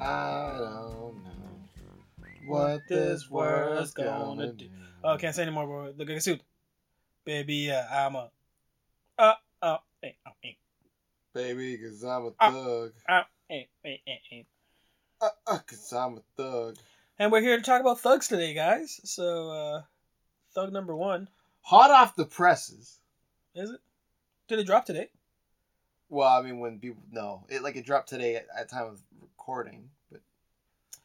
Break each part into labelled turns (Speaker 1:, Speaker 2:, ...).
Speaker 1: I don't know what this world's gonna do.
Speaker 2: Oh, can't say anymore, bro. Look, I get sued. Baby, uh, I'm a. Uh, uh, eh, uh, eh,
Speaker 1: Baby, cause I'm a
Speaker 2: Ah.
Speaker 1: thug.
Speaker 2: eh, eh, eh, eh.
Speaker 1: Uh, uh, cause I'm a thug.
Speaker 2: And we're here to talk about thugs today, guys. So, uh, thug number one,
Speaker 1: Hot off the presses.
Speaker 2: is it? Did it drop today?
Speaker 1: Well, I mean, when people no, it like it dropped today at, at time of recording, but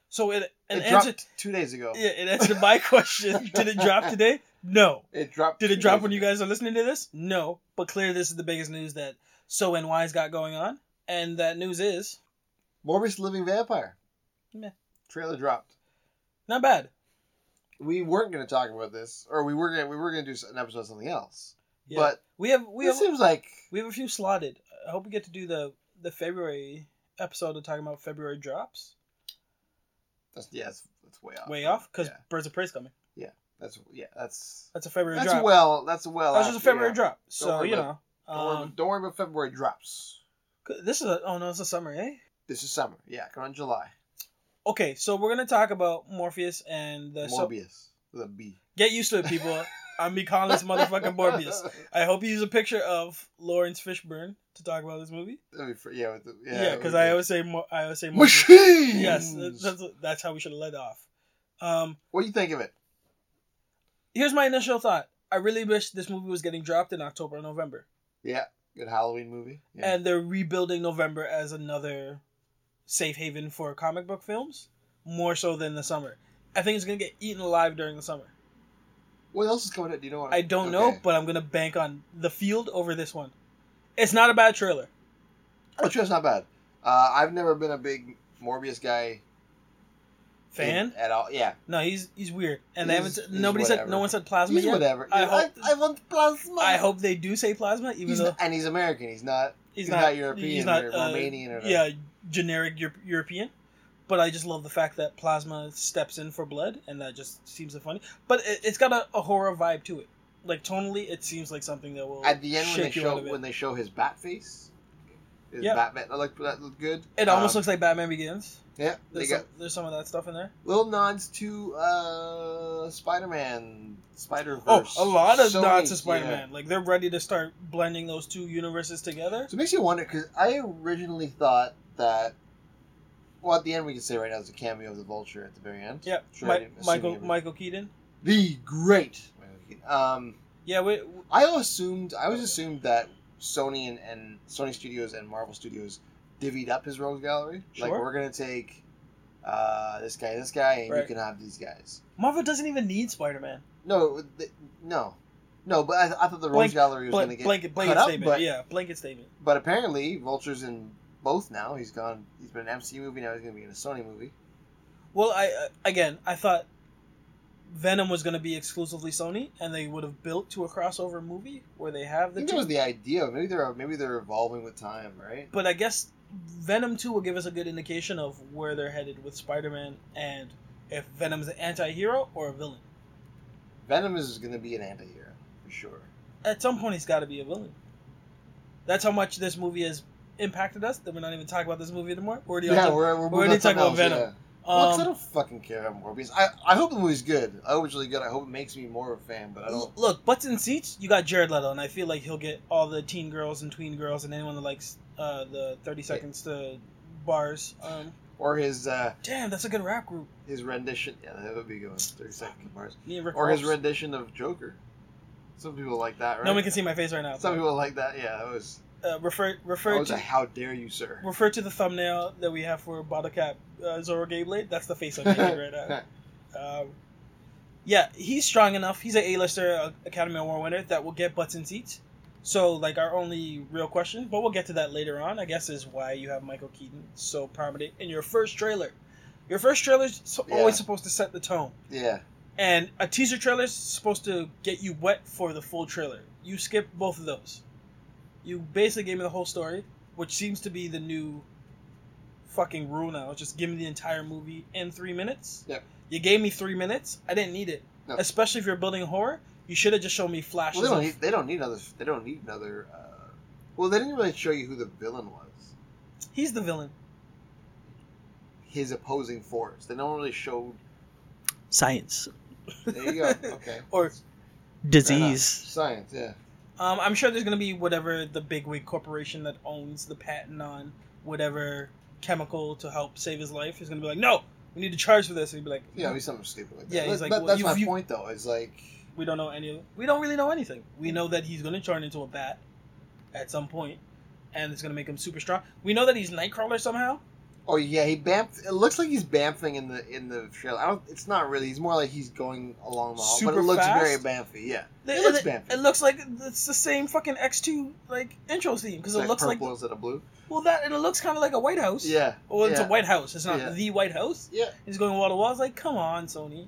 Speaker 2: So, it, an
Speaker 1: it
Speaker 2: answer.
Speaker 1: dropped two days ago.
Speaker 2: Yeah, it answered my question. Did it drop today? No.
Speaker 1: It dropped.
Speaker 2: Did
Speaker 1: two
Speaker 2: it drop
Speaker 1: days
Speaker 2: when you
Speaker 1: ago.
Speaker 2: guys are listening to this? No. But clearly, this is the biggest news that So NY's got going on. And that news is
Speaker 1: Morbius the Living Vampire.
Speaker 2: Meh.
Speaker 1: Trailer dropped.
Speaker 2: not bad.
Speaker 1: We weren't gonna talk about this, or we were gonna we were gonna do an episode of something else.
Speaker 2: Yeah.
Speaker 1: But
Speaker 2: we have we
Speaker 1: it
Speaker 2: have
Speaker 1: seems like
Speaker 2: we have a few slotted. I hope we get to do the the February episode of talking about February drops.
Speaker 1: that's yeah, that's, that's way off.
Speaker 2: Way off because
Speaker 1: yeah,
Speaker 2: Birds of Prey's coming.
Speaker 1: that's yeah, that's
Speaker 2: That's a February
Speaker 1: that's
Speaker 2: drop.
Speaker 1: well, that's well.
Speaker 2: That's just a
Speaker 1: after,
Speaker 2: February
Speaker 1: yeah.
Speaker 2: drop. So
Speaker 1: worry
Speaker 2: you know,
Speaker 1: about Don't, worry,
Speaker 2: um,
Speaker 1: don't worry about February drops.
Speaker 2: this is a oh no, it's a summer, eh?
Speaker 1: This is summer. Yeah, come on July.
Speaker 2: Okay, so we're gonna talk about Morpheus and the so
Speaker 1: Morbius with a B.
Speaker 2: get used to it, people. I'm be calling this motherfucking Morbius. I hope you use a picture of Lawrence Fishburne to talk about this movie.
Speaker 1: That'd be fr- yeah, with the, yeah.
Speaker 2: Yeah,
Speaker 1: with
Speaker 2: because
Speaker 1: the-
Speaker 2: I always say Mo- I always say Morbius.
Speaker 1: machines.
Speaker 2: Yes, that's, that's that's how we should have led off. Um,
Speaker 1: what do you think of it?
Speaker 2: here's my initial thought. I really wish this movie was getting dropped in October or November,
Speaker 1: Yeah, good Halloween movie. Yeah.
Speaker 2: and they're rebuilding November as another safe haven for comic book films, more so than the summer. I think it's gonna get eaten alive during the summer.
Speaker 1: what else is coming out? Do you know? What
Speaker 2: I don't know,
Speaker 1: Okay.
Speaker 2: but I'm gonna bank on the field over this one. It's not a bad trailer.
Speaker 1: Oh, sure, it's not bad. Uh, I've never been a big Morbius guy
Speaker 2: Fan?
Speaker 1: in- at all. Yeah,
Speaker 2: No, he's he's weird, and they
Speaker 1: He's-
Speaker 2: haven't.
Speaker 1: he's
Speaker 2: Nobody said no
Speaker 1: whatever.
Speaker 2: one said plasma
Speaker 1: he's
Speaker 2: yet.
Speaker 1: whatever.
Speaker 2: I
Speaker 1: Yeah,
Speaker 2: hope-
Speaker 1: I, I want plasma.
Speaker 2: I hope they do say plasma, even
Speaker 1: He's
Speaker 2: though
Speaker 1: not- and he's American. He's not.
Speaker 2: he's,
Speaker 1: He's,
Speaker 2: not,
Speaker 1: not, European
Speaker 2: He's not
Speaker 1: or
Speaker 2: uh,
Speaker 1: Romanian or
Speaker 2: yeah, generic Euro- European. But I just love the fact that plasma steps in for blood, and that just seems so funny. But it, it's got a, a horror vibe to it. Like tonally, it seems like something that will
Speaker 1: At the end, when they
Speaker 2: shake you out
Speaker 1: show
Speaker 2: of it.
Speaker 1: when they show his bat face, his
Speaker 2: Yeah.
Speaker 1: Batman that looked that looked good.
Speaker 2: it almost
Speaker 1: Um,
Speaker 2: looks like Batman Begins.
Speaker 1: Yeah, they
Speaker 2: There's
Speaker 1: got
Speaker 2: some, there's some of that stuff in there.
Speaker 1: little nods to uh, Spider-Man,
Speaker 2: Oh,
Speaker 1: Spider-Verse.
Speaker 2: a lot of
Speaker 1: Sony,
Speaker 2: nods to
Speaker 1: yeah.
Speaker 2: Spider-Man. Like they're ready to start blending those two universes together.
Speaker 1: So it makes you wonder because I originally thought that. Well, at the end we can say right now is a cameo of the Vulture at the very end.
Speaker 2: Yeah,
Speaker 1: Sure, I
Speaker 2: Mi-
Speaker 1: didn't assume
Speaker 2: Michael
Speaker 1: you were-
Speaker 2: Michael Keaton.
Speaker 1: The great. Michael Keaton. Um,
Speaker 2: Yeah, wait,
Speaker 1: I assumed I always assumed that Sony and, and Sony Studios and Marvel Studios divvied up his rogues gallery. Like
Speaker 2: Sure.
Speaker 1: we're gonna take uh, this guy, this guy, and
Speaker 2: Right.
Speaker 1: you can have these guys.
Speaker 2: Marvel doesn't even need Spider-Man.
Speaker 1: No, th- no, no. But I, I thought the rogues
Speaker 2: Blank-
Speaker 1: gallery was
Speaker 2: Blan-
Speaker 1: gonna get
Speaker 2: blanket blanket
Speaker 1: cut up,
Speaker 2: statement.
Speaker 1: but
Speaker 2: yeah, blanket statement.
Speaker 1: but apparently Vulture's in both now. He's gone. He's been an MCU movie. Now he's gonna be in a Sony movie.
Speaker 2: Well, I uh, again, I thought Venom was going to be exclusively Sony, and they would have built to a crossover movie where they have
Speaker 1: I
Speaker 2: the
Speaker 1: think
Speaker 2: two.
Speaker 1: that was the idea. Maybe they're maybe they're evolving with time, right?
Speaker 2: but I guess Venom Two will give us a good indication of where they're headed with Spider-Man and if Venom's an anti-hero or a villain.
Speaker 1: Venom is gonna be an anti-hero for sure.
Speaker 2: At some point, he's got to be a villain. That's how much this movie has impacted us. That we're not even talking about this movie anymore. We're already
Speaker 1: Yeah,
Speaker 2: on-
Speaker 1: we're we're,
Speaker 2: we already
Speaker 1: moving on to
Speaker 2: talked about
Speaker 1: else,
Speaker 2: Venom.
Speaker 1: yeah. Well, 'cause I
Speaker 2: um,
Speaker 1: don't fucking care about Morbius. I, I hope the movie's good. I hope it's really good. I hope it makes me more of a fan, but I don't.
Speaker 2: L- Look, butts and seats. You got Jared Leto, and I feel like he'll get all the teen girls and tween girls and anyone that likes uh, the thirty seconds to bars. Um,
Speaker 1: Or his uh,
Speaker 2: damn, that's a good rap group.
Speaker 1: his rendition. Yeah, that would be good. one. Thirty seconds of Mars.
Speaker 2: Me and Rick
Speaker 1: Or his
Speaker 2: Ross.
Speaker 1: rendition of Joker. Some people like that, right?
Speaker 2: No one can see my face right now.
Speaker 1: Some people like that. Yeah, that was.
Speaker 2: Uh, refer
Speaker 1: That
Speaker 2: refer
Speaker 1: was
Speaker 2: to
Speaker 1: a how dare you, sir.
Speaker 2: refer to the thumbnail that we have for Bottle Cap uh, Zoro Gayblade. That's the face I'm making right now. Um, yeah, he's strong enough. He's an A-lister uh, Academy Award winner that will get butts in seats. So, like, our only real question, but we'll get to that later on, I guess, is why you have Michael Keaton so prominent in your first trailer. Your first trailer's so-
Speaker 1: Yeah.
Speaker 2: always supposed to set the tone,
Speaker 1: Yeah.
Speaker 2: and a teaser trailer's supposed to get you wet for the full trailer. You skip both of those. You basically gave me the whole story, which seems to be the new fucking rule now. Just give me the entire movie in three minutes.
Speaker 1: Yep.
Speaker 2: You gave me three minutes. I didn't need it,
Speaker 1: No.
Speaker 2: especially if you're building horror. You should have just shown me flashes.
Speaker 1: Well, they don't
Speaker 2: of-
Speaker 1: need. They don't need another. They don't need another. Uh, well, they didn't really show you who the villain was.
Speaker 2: He's the villain.
Speaker 1: His opposing force. They don't really show.
Speaker 3: Science.
Speaker 1: There you go. Okay.
Speaker 2: Or
Speaker 3: Disease.
Speaker 1: Science. Yeah.
Speaker 2: Um, I'm sure there's gonna be whatever the big wig corporation that owns the patent on whatever chemical to help save his life is gonna be like, no, we need to charge for this. And he'd be like,
Speaker 1: Yeah. It'd be something stupid like that.
Speaker 2: Yeah,
Speaker 1: But-
Speaker 2: he's like,
Speaker 1: but
Speaker 2: well,
Speaker 1: that's
Speaker 2: you-
Speaker 1: my
Speaker 2: you-
Speaker 1: point though. Is like.
Speaker 2: we don't know any of it. We don't really know anything. We know that he's gonna turn into a bat at some point, and it's gonna make him super strong. We know that he's Nightcrawler somehow.
Speaker 1: Oh yeah, he bamf. It looks like he's bamfing in the in the trailer. I don't, it's not really. He's more like he's going along the hall, but
Speaker 2: Super
Speaker 1: it looks
Speaker 2: fast?
Speaker 1: very bamfy. Yeah.
Speaker 2: It,
Speaker 1: looks
Speaker 2: it-
Speaker 1: Bamford.
Speaker 2: it looks like it's the same fucking X two like intro theme because
Speaker 1: It's
Speaker 2: it
Speaker 1: like
Speaker 2: looks like
Speaker 1: purple instead of blue.
Speaker 2: well that and it looks kind of like a White House.
Speaker 1: Yeah.
Speaker 2: Well, it's
Speaker 1: yeah.
Speaker 2: a White House. It's not
Speaker 1: Yeah.
Speaker 2: the White House.
Speaker 1: Yeah.
Speaker 2: He's going wall to wall. It's like, come on, Sony.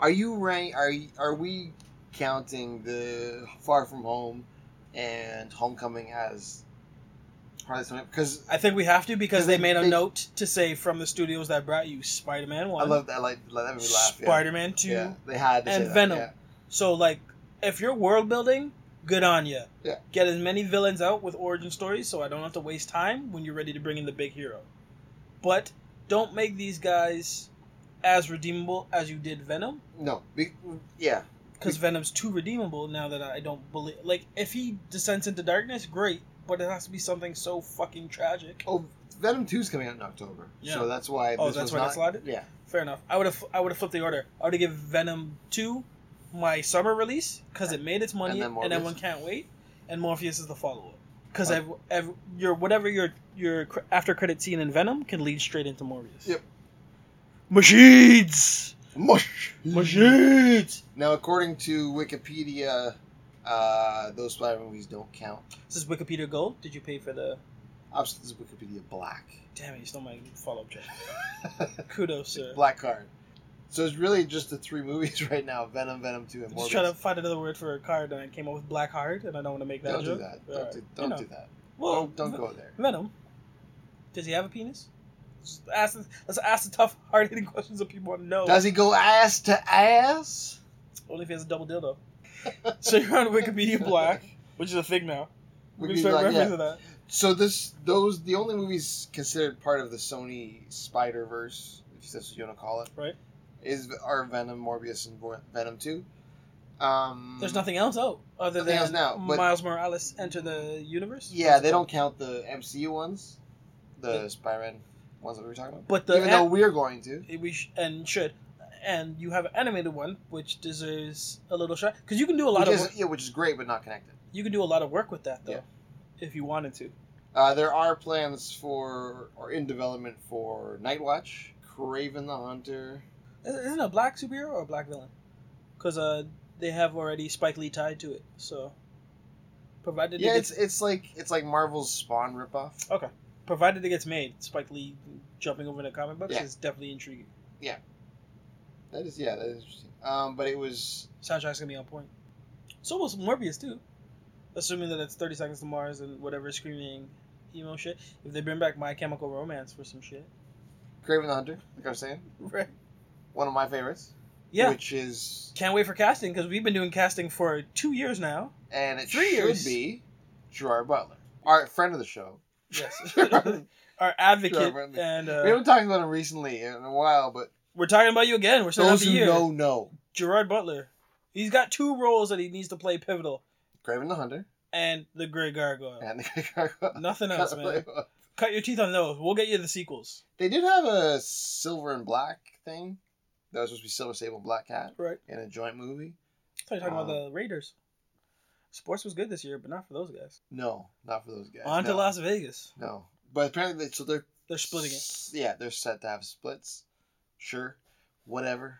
Speaker 1: Are you rank? Are you, are we counting the Far From Home and Homecoming as Harley Quinn? Because
Speaker 2: I think we have to because they,
Speaker 1: They-
Speaker 2: made a
Speaker 1: they-
Speaker 2: note to say from the studios that brought you Spider Man
Speaker 1: I
Speaker 2: one,
Speaker 1: love that. Like that made me laugh. yeah.
Speaker 2: Spider Man two.
Speaker 1: Yeah. they had to say
Speaker 2: and
Speaker 1: that,
Speaker 2: Venom.
Speaker 1: yeah.
Speaker 2: So like, if you're world building, good on you.
Speaker 1: Yeah.
Speaker 2: Get as many villains out with origin stories, so I don't have to waste time when you're ready to bring in the big hero. But don't make these guys as redeemable as you did Venom,
Speaker 1: No, be, yeah,
Speaker 2: because Venom's too redeemable now that I don't believe. Like, if he descends into darkness, great, but it has to be something so fucking tragic.
Speaker 1: Oh, Venom Two's coming out in October,
Speaker 2: Yeah.
Speaker 1: so that's why.
Speaker 2: Oh,
Speaker 1: this
Speaker 2: that's
Speaker 1: was
Speaker 2: why
Speaker 1: not,
Speaker 2: that's slotted?
Speaker 1: Yeah,
Speaker 2: Fair enough. I would have I would have flipped the order. I would have given Venom two my summer release because it made its money
Speaker 1: then
Speaker 2: and,
Speaker 1: Morbius.
Speaker 2: everyone can't wait, and Morpheus is the follow up because
Speaker 1: Oh.
Speaker 2: ev ev- your whatever your your cr- after credit scene in Venom can lead straight into Morbius.
Speaker 1: Yep.
Speaker 3: Machines.
Speaker 1: mush,
Speaker 2: Machines.
Speaker 1: Now, according to Wikipedia, uh, those Spider movies don't count.
Speaker 2: This is Wikipedia Gold. Did you pay for the?
Speaker 1: Obviously, this is Wikipedia Black,
Speaker 2: Damn it! You stole my follow up check. Kudos, sir.
Speaker 1: Black Card. So it's really just the three movies right now: Venom, Venom Two, and
Speaker 2: I'm
Speaker 1: Morbius.
Speaker 2: Just trying to find another word for a card, and I came up with black hard, and I don't want to make that
Speaker 1: don't do
Speaker 2: joke.
Speaker 1: that.
Speaker 2: All
Speaker 1: Don't
Speaker 2: right.
Speaker 1: do,
Speaker 2: You
Speaker 1: don't
Speaker 2: know.
Speaker 1: do that.
Speaker 2: Well,
Speaker 1: don't don't
Speaker 2: v-
Speaker 1: go there.
Speaker 2: Venom. Does he have a penis? Just ask, let's ask the tough, hard hitting questions that people want to know.
Speaker 1: Does he go ass to ass?
Speaker 2: Only if he has a double dildo. so you're on Wikipedia Black, which is a thing now. We're gonna
Speaker 1: Wikipedia
Speaker 2: start
Speaker 1: Black, yeah.
Speaker 2: referencing that.
Speaker 1: So this those the only movies considered part of the Sony Spider Verse, if that's what you want to call it,
Speaker 2: Right.
Speaker 1: Is are Venom, Morbius, and Vor- Venom Two. Um,
Speaker 2: There's nothing else out other
Speaker 1: Nothing else
Speaker 2: than
Speaker 1: now, but-
Speaker 2: Miles Morales enter the universe.
Speaker 1: Yeah, they don't count the MCU ones, the Spider-Man ones that we were talking about.
Speaker 2: But the
Speaker 1: Even though we're going to,
Speaker 2: we sh- and should, and you have an animated one which deserves a little shot because you can do a lot
Speaker 1: which
Speaker 2: of
Speaker 1: is,
Speaker 2: work,
Speaker 1: yeah, which is great, but not connected.
Speaker 2: you can do a lot of work with that though,
Speaker 1: Yeah.
Speaker 2: if you wanted to.
Speaker 1: Uh, there are plans for or in development for Night Watch, Craven the Hunter.
Speaker 2: Isn't it a black superhero or a black villain? Because uh, they have already Spike Lee tied to it. So, provided
Speaker 1: Yeah,
Speaker 2: it gets,
Speaker 1: it's it's like it's like Marvel's Spawn ripoff.
Speaker 2: provided it gets made, Spike Lee jumping over into comic books
Speaker 1: Yeah.
Speaker 2: is definitely intriguing.
Speaker 1: That is yeah, that is interesting. Um, but it was
Speaker 2: Soundtrack's gonna be on point. So was Morbius too, assuming that it's Thirty Seconds to Mars and whatever screaming emo shit. If they bring back My Chemical Romance for some shit,
Speaker 1: Craven the Hunter, like I was saying,
Speaker 2: right?
Speaker 1: one of my favorites.
Speaker 2: Yeah,
Speaker 1: Which is
Speaker 2: can't wait for casting because we've been doing casting for two years now.
Speaker 1: and it
Speaker 2: Three
Speaker 1: should
Speaker 2: years.
Speaker 1: be Gerard Butler, our friend of the show.
Speaker 2: Yes,
Speaker 1: we
Speaker 2: our advocate
Speaker 1: Sure, but-
Speaker 2: and uh,
Speaker 1: haven't talked about him recently in a while, but
Speaker 2: we're talking about you again. We're starting out
Speaker 1: those
Speaker 2: the
Speaker 1: who
Speaker 2: year.
Speaker 1: know know.
Speaker 2: Gerard Butler. He's got two roles that he needs to play pivotal,
Speaker 1: Craven the Hunter
Speaker 2: and the Grey Gargoyle.
Speaker 1: and the Great Gargoyle.
Speaker 2: Nothing else, man. Cut your teeth on those. We'll get you the sequels.
Speaker 1: They did have a silver and black thing. That was supposed to be Silver Sable and Black Cat
Speaker 2: Right.
Speaker 1: in a joint movie.
Speaker 2: I thought you were talking
Speaker 1: Wow.
Speaker 2: about the Raiders. Sports was good this year, but not for those guys.
Speaker 1: No, not for those guys.
Speaker 2: on to
Speaker 1: no.
Speaker 2: Las Vegas.
Speaker 1: No, but apparently, they- so they're
Speaker 2: They're splitting it.
Speaker 1: S- Yeah, they're set to have splits. Sure, whatever.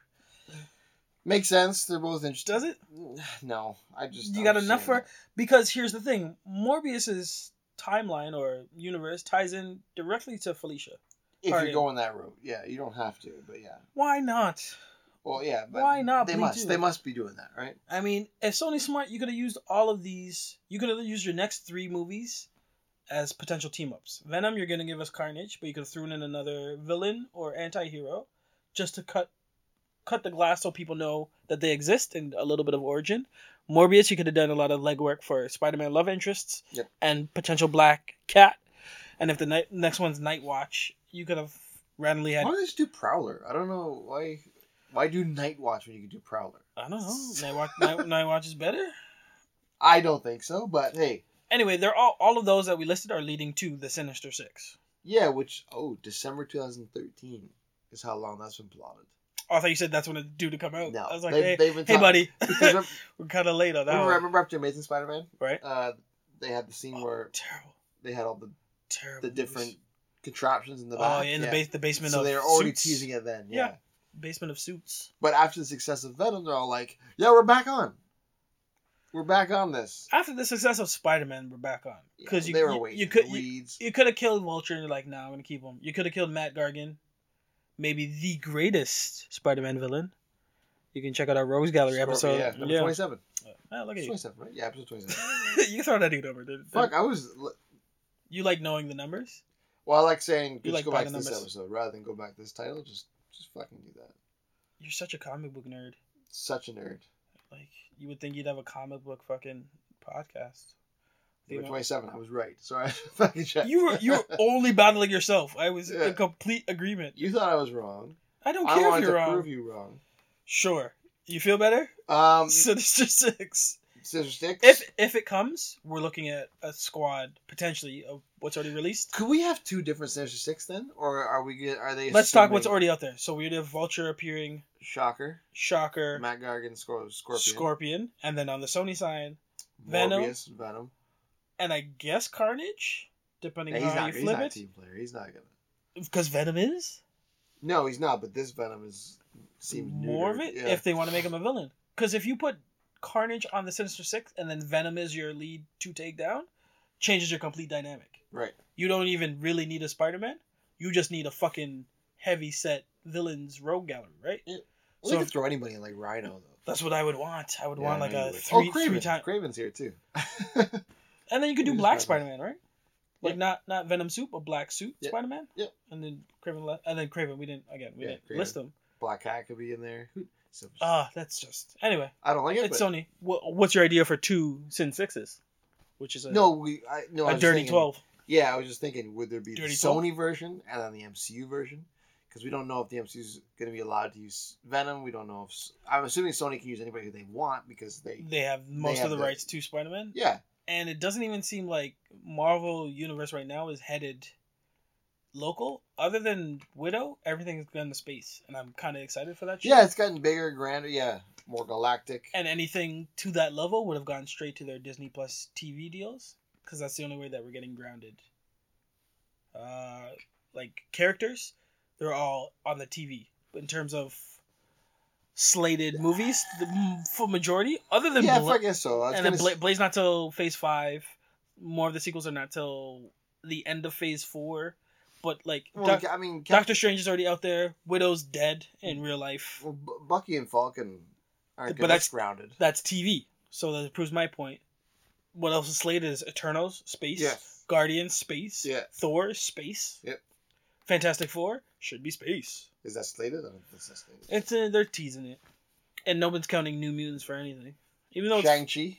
Speaker 1: Makes sense. They're both interesting.
Speaker 2: Does it?
Speaker 1: No, I just
Speaker 2: You
Speaker 1: I'm
Speaker 2: got
Speaker 1: just
Speaker 2: enough
Speaker 1: saying
Speaker 2: for because here's the thing: Morbius's timeline or universe ties in directly to Felicia.
Speaker 1: if
Speaker 2: Alright.
Speaker 1: you're going that route. Yeah, you don't have to, but yeah.
Speaker 2: Why not?
Speaker 1: Well, yeah, but
Speaker 2: Why not?
Speaker 1: They
Speaker 2: Blade
Speaker 1: must.
Speaker 2: two?
Speaker 1: They must be doing that, right?
Speaker 2: I mean, if Sony's smart, you could have used all of these. You could have used your next three movies as potential team ups. Venom, you're going to give us Carnage, but you could have thrown in another villain or anti hero just to cut cut the glass so people know that they exist and a little bit of origin. Morbius, you could have done a lot of legwork for Spider Man love interests
Speaker 1: Yep.
Speaker 2: and potential Black Cat. And if the night, next one's Night Watch, you could have randomly had.
Speaker 1: Why don't they just do Prowler? I don't know why. Why do Night Watch when you could do Prowler?
Speaker 2: I don't know. Night Watch, Night, Night Watch is better.
Speaker 1: I don't think so, but hey,
Speaker 2: anyway, they're all all of those that we listed are leading to the Sinister Six.
Speaker 1: yeah. Which oh, December 2013 is how long that's been plotted.
Speaker 2: Oh, I thought you said that's when it's due to come out.
Speaker 1: No,
Speaker 2: Oh, I was like,
Speaker 1: they,
Speaker 2: hey,
Speaker 1: they've been
Speaker 2: hey
Speaker 1: talking-
Speaker 2: buddy,
Speaker 1: Because rem-
Speaker 2: we're kind of late on that
Speaker 1: remember,
Speaker 2: one,
Speaker 1: remember after Amazing Spider-Man,
Speaker 2: right?
Speaker 1: uh, they had the scene where
Speaker 2: Terrible,
Speaker 1: they had all the
Speaker 2: terrible.
Speaker 1: the
Speaker 2: movies.
Speaker 1: different contraptions in the back.
Speaker 2: oh, yeah, in the base, the basement
Speaker 1: So
Speaker 2: of
Speaker 1: they were already
Speaker 2: suits.
Speaker 1: teasing it then.
Speaker 2: Yeah.
Speaker 1: yeah.
Speaker 2: basement of suits.
Speaker 1: But after the success of Venom, they're all like, "Yeah, we're back on. We're back on this."
Speaker 2: After the success of Spider Man, we're back on because
Speaker 1: Yeah,
Speaker 2: you,
Speaker 1: they were
Speaker 2: you-
Speaker 1: waiting.
Speaker 2: you could
Speaker 1: The
Speaker 2: you,
Speaker 1: weeds.
Speaker 2: you could have killed Vulture and you're like, nah, I'm gonna keep him. You could have killed Matt Gargan, maybe the greatest Spider Man villain. You can check out our Rose Gallery
Speaker 1: Scorpion,
Speaker 2: episode.
Speaker 1: yeah, number
Speaker 2: Yeah.
Speaker 1: twenty-seven.
Speaker 2: Ah, look at you.
Speaker 1: Twenty-seven, right? Yeah, episode twenty-seven.
Speaker 2: you can throw that dude over, dude.
Speaker 1: Fuck, I was. li-
Speaker 2: You like knowing the numbers?
Speaker 1: Well, I like saying
Speaker 2: You
Speaker 1: just
Speaker 2: like
Speaker 1: go back to
Speaker 2: buying the
Speaker 1: this
Speaker 2: numbers.
Speaker 1: episode rather than go back to this title. Just, just fucking do that.
Speaker 2: You're such a comic book nerd.
Speaker 1: Such a nerd.
Speaker 2: Like you would think you'd have a comic book fucking podcast. You
Speaker 1: Number
Speaker 2: know?
Speaker 1: twenty-seven. I was right. Sorry, I fucking checked.
Speaker 2: You were you were only battling yourself. I was
Speaker 1: Yeah.
Speaker 2: in complete agreement.
Speaker 1: You thought I was wrong.
Speaker 2: I don't
Speaker 1: I,
Speaker 2: care if
Speaker 1: wanted
Speaker 2: you're
Speaker 1: to
Speaker 2: wrong.
Speaker 1: prove you wrong.
Speaker 2: Sure. You feel better?
Speaker 1: Um,
Speaker 2: Sinister Six.
Speaker 1: scissor sticks.
Speaker 2: If if it comes, we're looking at a squad potentially of what's already released.
Speaker 1: Could we have two different scissor sticks then, or are we? Get, are they?
Speaker 2: Let's talk what's
Speaker 1: assuming
Speaker 2: already out there. So we'd have Vulture appearing,
Speaker 1: Shocker,
Speaker 2: Shocker,
Speaker 1: Matt Gargan, Scor- Scorpion,
Speaker 2: Scorpion. and then on the Sony side, Venom.
Speaker 1: Morbius, Venom.
Speaker 2: and I guess Carnage, depending
Speaker 1: Yeah,
Speaker 2: on
Speaker 1: he's
Speaker 2: how
Speaker 1: not.
Speaker 2: you
Speaker 1: He's not
Speaker 2: flip
Speaker 1: a
Speaker 2: it.
Speaker 1: team player. He's not gonna.
Speaker 2: Because Venom is.
Speaker 1: No, he's not. But this Venom is seems
Speaker 2: more
Speaker 1: neutered.
Speaker 2: of it
Speaker 1: Yeah.
Speaker 2: if they want to make him a villain. Because if you put Carnage on the Sinister Six and then Venom is your lead to take down, changes your complete dynamic.
Speaker 1: right.
Speaker 2: You don't even really need a Spider Man. You just need a fucking heavy set villains rogue gallery, right?
Speaker 1: Well,
Speaker 2: So
Speaker 1: they could
Speaker 2: if-
Speaker 1: throw anybody in like Rhino though.
Speaker 2: That's what I would want. I would
Speaker 1: Yeah, I
Speaker 2: want
Speaker 1: know
Speaker 2: like
Speaker 1: you
Speaker 2: a
Speaker 1: would.
Speaker 2: three
Speaker 1: oh, Craven.
Speaker 2: three time,
Speaker 1: Craven's here too.
Speaker 2: and then you could do
Speaker 1: Who's
Speaker 2: Black Spider
Speaker 1: Spider-Man?
Speaker 2: Man, right?
Speaker 1: Yeah.
Speaker 2: Like not not Venom suit, but Black suit
Speaker 1: Yeah.
Speaker 2: Spider Man.
Speaker 1: Yeah.
Speaker 2: And then Craven left, and then Craven. We didn't again. We
Speaker 1: Yeah,
Speaker 2: didn't
Speaker 1: Kraven.
Speaker 2: list them.
Speaker 1: Black Hat could be in there. So,
Speaker 2: Ah, that's just anyway.
Speaker 1: I don't like it.
Speaker 2: It's
Speaker 1: but,
Speaker 2: Sony. What, what's your idea for two Sin Sixes? Which is a,
Speaker 1: no, we. I, no, I
Speaker 2: a
Speaker 1: was
Speaker 2: dirty
Speaker 1: thinking-
Speaker 2: twelve.
Speaker 1: Yeah, I was just thinking, would there be the
Speaker 2: Dirty
Speaker 1: Sony version and then the MCU version? Because we don't know if the MCU is going to be allowed to use Venom. We don't know if s- I'm assuming Sony can use anybody who they want because they.
Speaker 2: They have most
Speaker 1: have
Speaker 2: of the,
Speaker 1: the-
Speaker 2: rights to Spider Man,
Speaker 1: Yeah,
Speaker 2: and it doesn't even seem like Marvel Universe right now is headed local. Other than Widow, everything's gone to space, and I'm kind of excited for that. Shit.
Speaker 1: yeah, it's gotten bigger, grander. Yeah, more galactic.
Speaker 2: and anything to that level would have gone straight to their Disney Plus TV deals because that's the only way that we're getting grounded. Uh, like characters, they're all on the TV in terms of slated movies. The m- for majority, other than
Speaker 1: yeah,
Speaker 2: Bla-
Speaker 1: I guess so. I was
Speaker 2: and then
Speaker 1: gonna
Speaker 2: Bla-
Speaker 1: s-
Speaker 2: Blaze not till Phase Five. More of the sequels are not till the end of Phase Four, but like
Speaker 1: Well,
Speaker 2: Doc-
Speaker 1: I mean,
Speaker 2: Doctor Strange is already out there. Widow's dead in real life.
Speaker 1: well, Bu- Bucky and Falcon aren't
Speaker 2: But
Speaker 1: good.
Speaker 2: that's-
Speaker 1: That's grounded.
Speaker 2: that's TV. So that proves my point. What else is slated is Eternals, space.
Speaker 1: Yeah.
Speaker 2: Guardians, space.
Speaker 1: Yeah.
Speaker 2: Thor, space.
Speaker 1: Yep.
Speaker 2: Fantastic Four should be space.
Speaker 1: Is that slated? I don't think that's slated.
Speaker 2: It's uh, they're teasing it, and no one's counting New Mutants for anything, even though
Speaker 1: Shang Chi,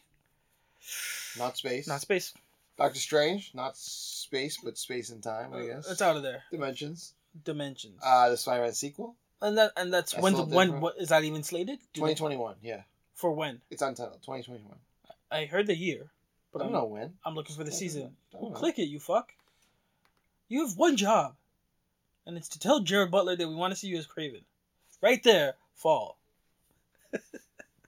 Speaker 1: not
Speaker 2: it's
Speaker 1: space.
Speaker 2: not space.
Speaker 1: Doctor Strange, not space, but space and time. I guess.
Speaker 2: Uh, It's out of there.
Speaker 1: Dimensions.
Speaker 2: Dimensions.
Speaker 1: Uh, the Spider-Man sequel,
Speaker 2: and that and that's,
Speaker 1: That's
Speaker 2: when
Speaker 1: a
Speaker 2: the
Speaker 1: little
Speaker 2: when
Speaker 1: different.
Speaker 2: what is that even slated? Do they-
Speaker 1: 2021. Yeah,
Speaker 2: for when?
Speaker 1: it's untitled. 2021.
Speaker 2: I heard the year,
Speaker 1: But
Speaker 2: but
Speaker 1: I
Speaker 2: I'm
Speaker 1: don't know when.
Speaker 2: I'm looking for Mm. the
Speaker 1: I don't
Speaker 2: season.
Speaker 1: know. I don't know.
Speaker 2: Click it, you fuck. You have one job, and it's to tell Jared Butler that we want to see you as Craven. Right there, fall.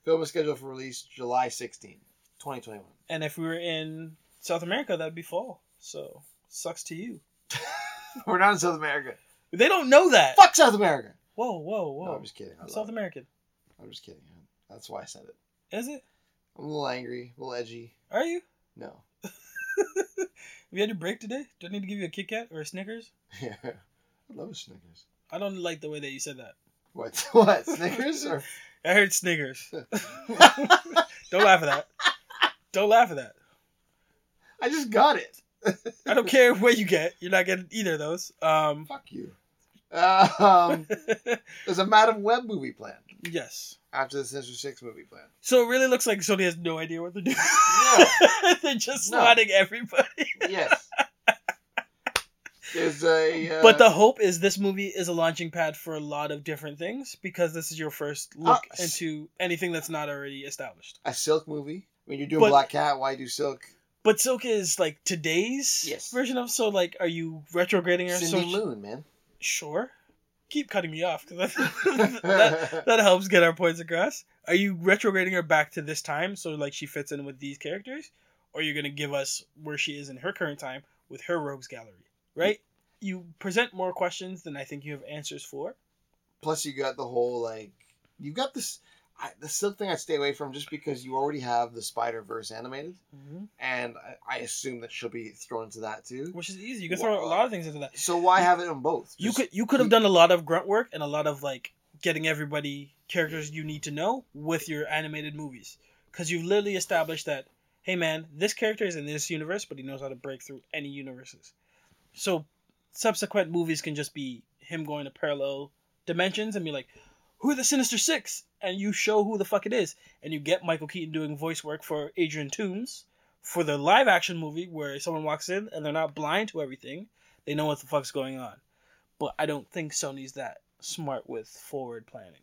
Speaker 1: Film is scheduled for release July 16, 2021.
Speaker 2: And if we were in South America, that'd be fall. So sucks to you.
Speaker 1: We're not in South America.
Speaker 2: They don't know that.
Speaker 1: Fuck South America.
Speaker 2: Whoa, whoa,
Speaker 1: No,
Speaker 2: whoa!
Speaker 1: I'm just kidding. I
Speaker 2: I'm
Speaker 1: love
Speaker 2: South
Speaker 1: it.
Speaker 2: American.
Speaker 1: I'm just kidding. That's why I said it.
Speaker 2: Is it?
Speaker 1: I'm a little angry, a little edgy.
Speaker 2: Are you?
Speaker 1: No.
Speaker 2: Have you had your break today? Do I need to give you a Kit Kat or a Snickers?
Speaker 1: I love Snickers.
Speaker 2: I don't like the way that you said that.
Speaker 1: What? What? Snickers or?
Speaker 2: I heard Snickers. Don't laugh at that. Don't laugh at that.
Speaker 1: I just got it.
Speaker 2: I don't care what you get. You're not getting either of those. Um,
Speaker 1: Fuck you. Um, there's a Madam Web movie planned
Speaker 2: yes.
Speaker 1: after the Sinister Six movie planned.
Speaker 2: So it really looks like Sony has no idea what to do.
Speaker 1: No.
Speaker 2: They're just
Speaker 1: No.
Speaker 2: slotting everybody.
Speaker 1: Yes. There's a. Uh,
Speaker 2: But the hope is this movie is a launching pad for a lot of different things because this is your first look
Speaker 1: Uh, s-
Speaker 2: into anything that's not already established.
Speaker 1: a Silk movie. When you're doing
Speaker 2: But-
Speaker 1: Black Cat, why do Silk?
Speaker 2: But Silk is like today's
Speaker 1: Yes.
Speaker 2: version of so like are you retrograding or
Speaker 1: Cindy
Speaker 2: so
Speaker 1: Moon, man.
Speaker 2: sure. Keep cutting me off because that, that helps get our points across. Are you retrograding her back to this time so like she fits in with these characters, or you're gonna give us where she is in her current time with her rogues gallery, right? You present more questions than I think you have answers for.
Speaker 1: Plus, you got the whole like you got this I, the Silk thing. I'd stay away from just because you already have the Spider Verse animated, and I, I assume that she'll be thrown into that too.
Speaker 2: Which is easy. You can throw a lot of things into that.
Speaker 1: So why have it on both?
Speaker 2: You
Speaker 1: Just-
Speaker 2: could you could have done a lot of grunt work and a lot of like getting everybody characters you need to know with your animated movies because you've literally established that hey man this character is in this universe but he knows how to break through any universes so subsequent movies can just be him going to parallel dimensions and be like who are the sinister six and you show who the fuck it is and you get michael keaton doing voice work for adrian toombs for the live action movie where someone walks in and they're not blind to everything they know what the fuck's going on but I don't think Sony's that smart with forward planning.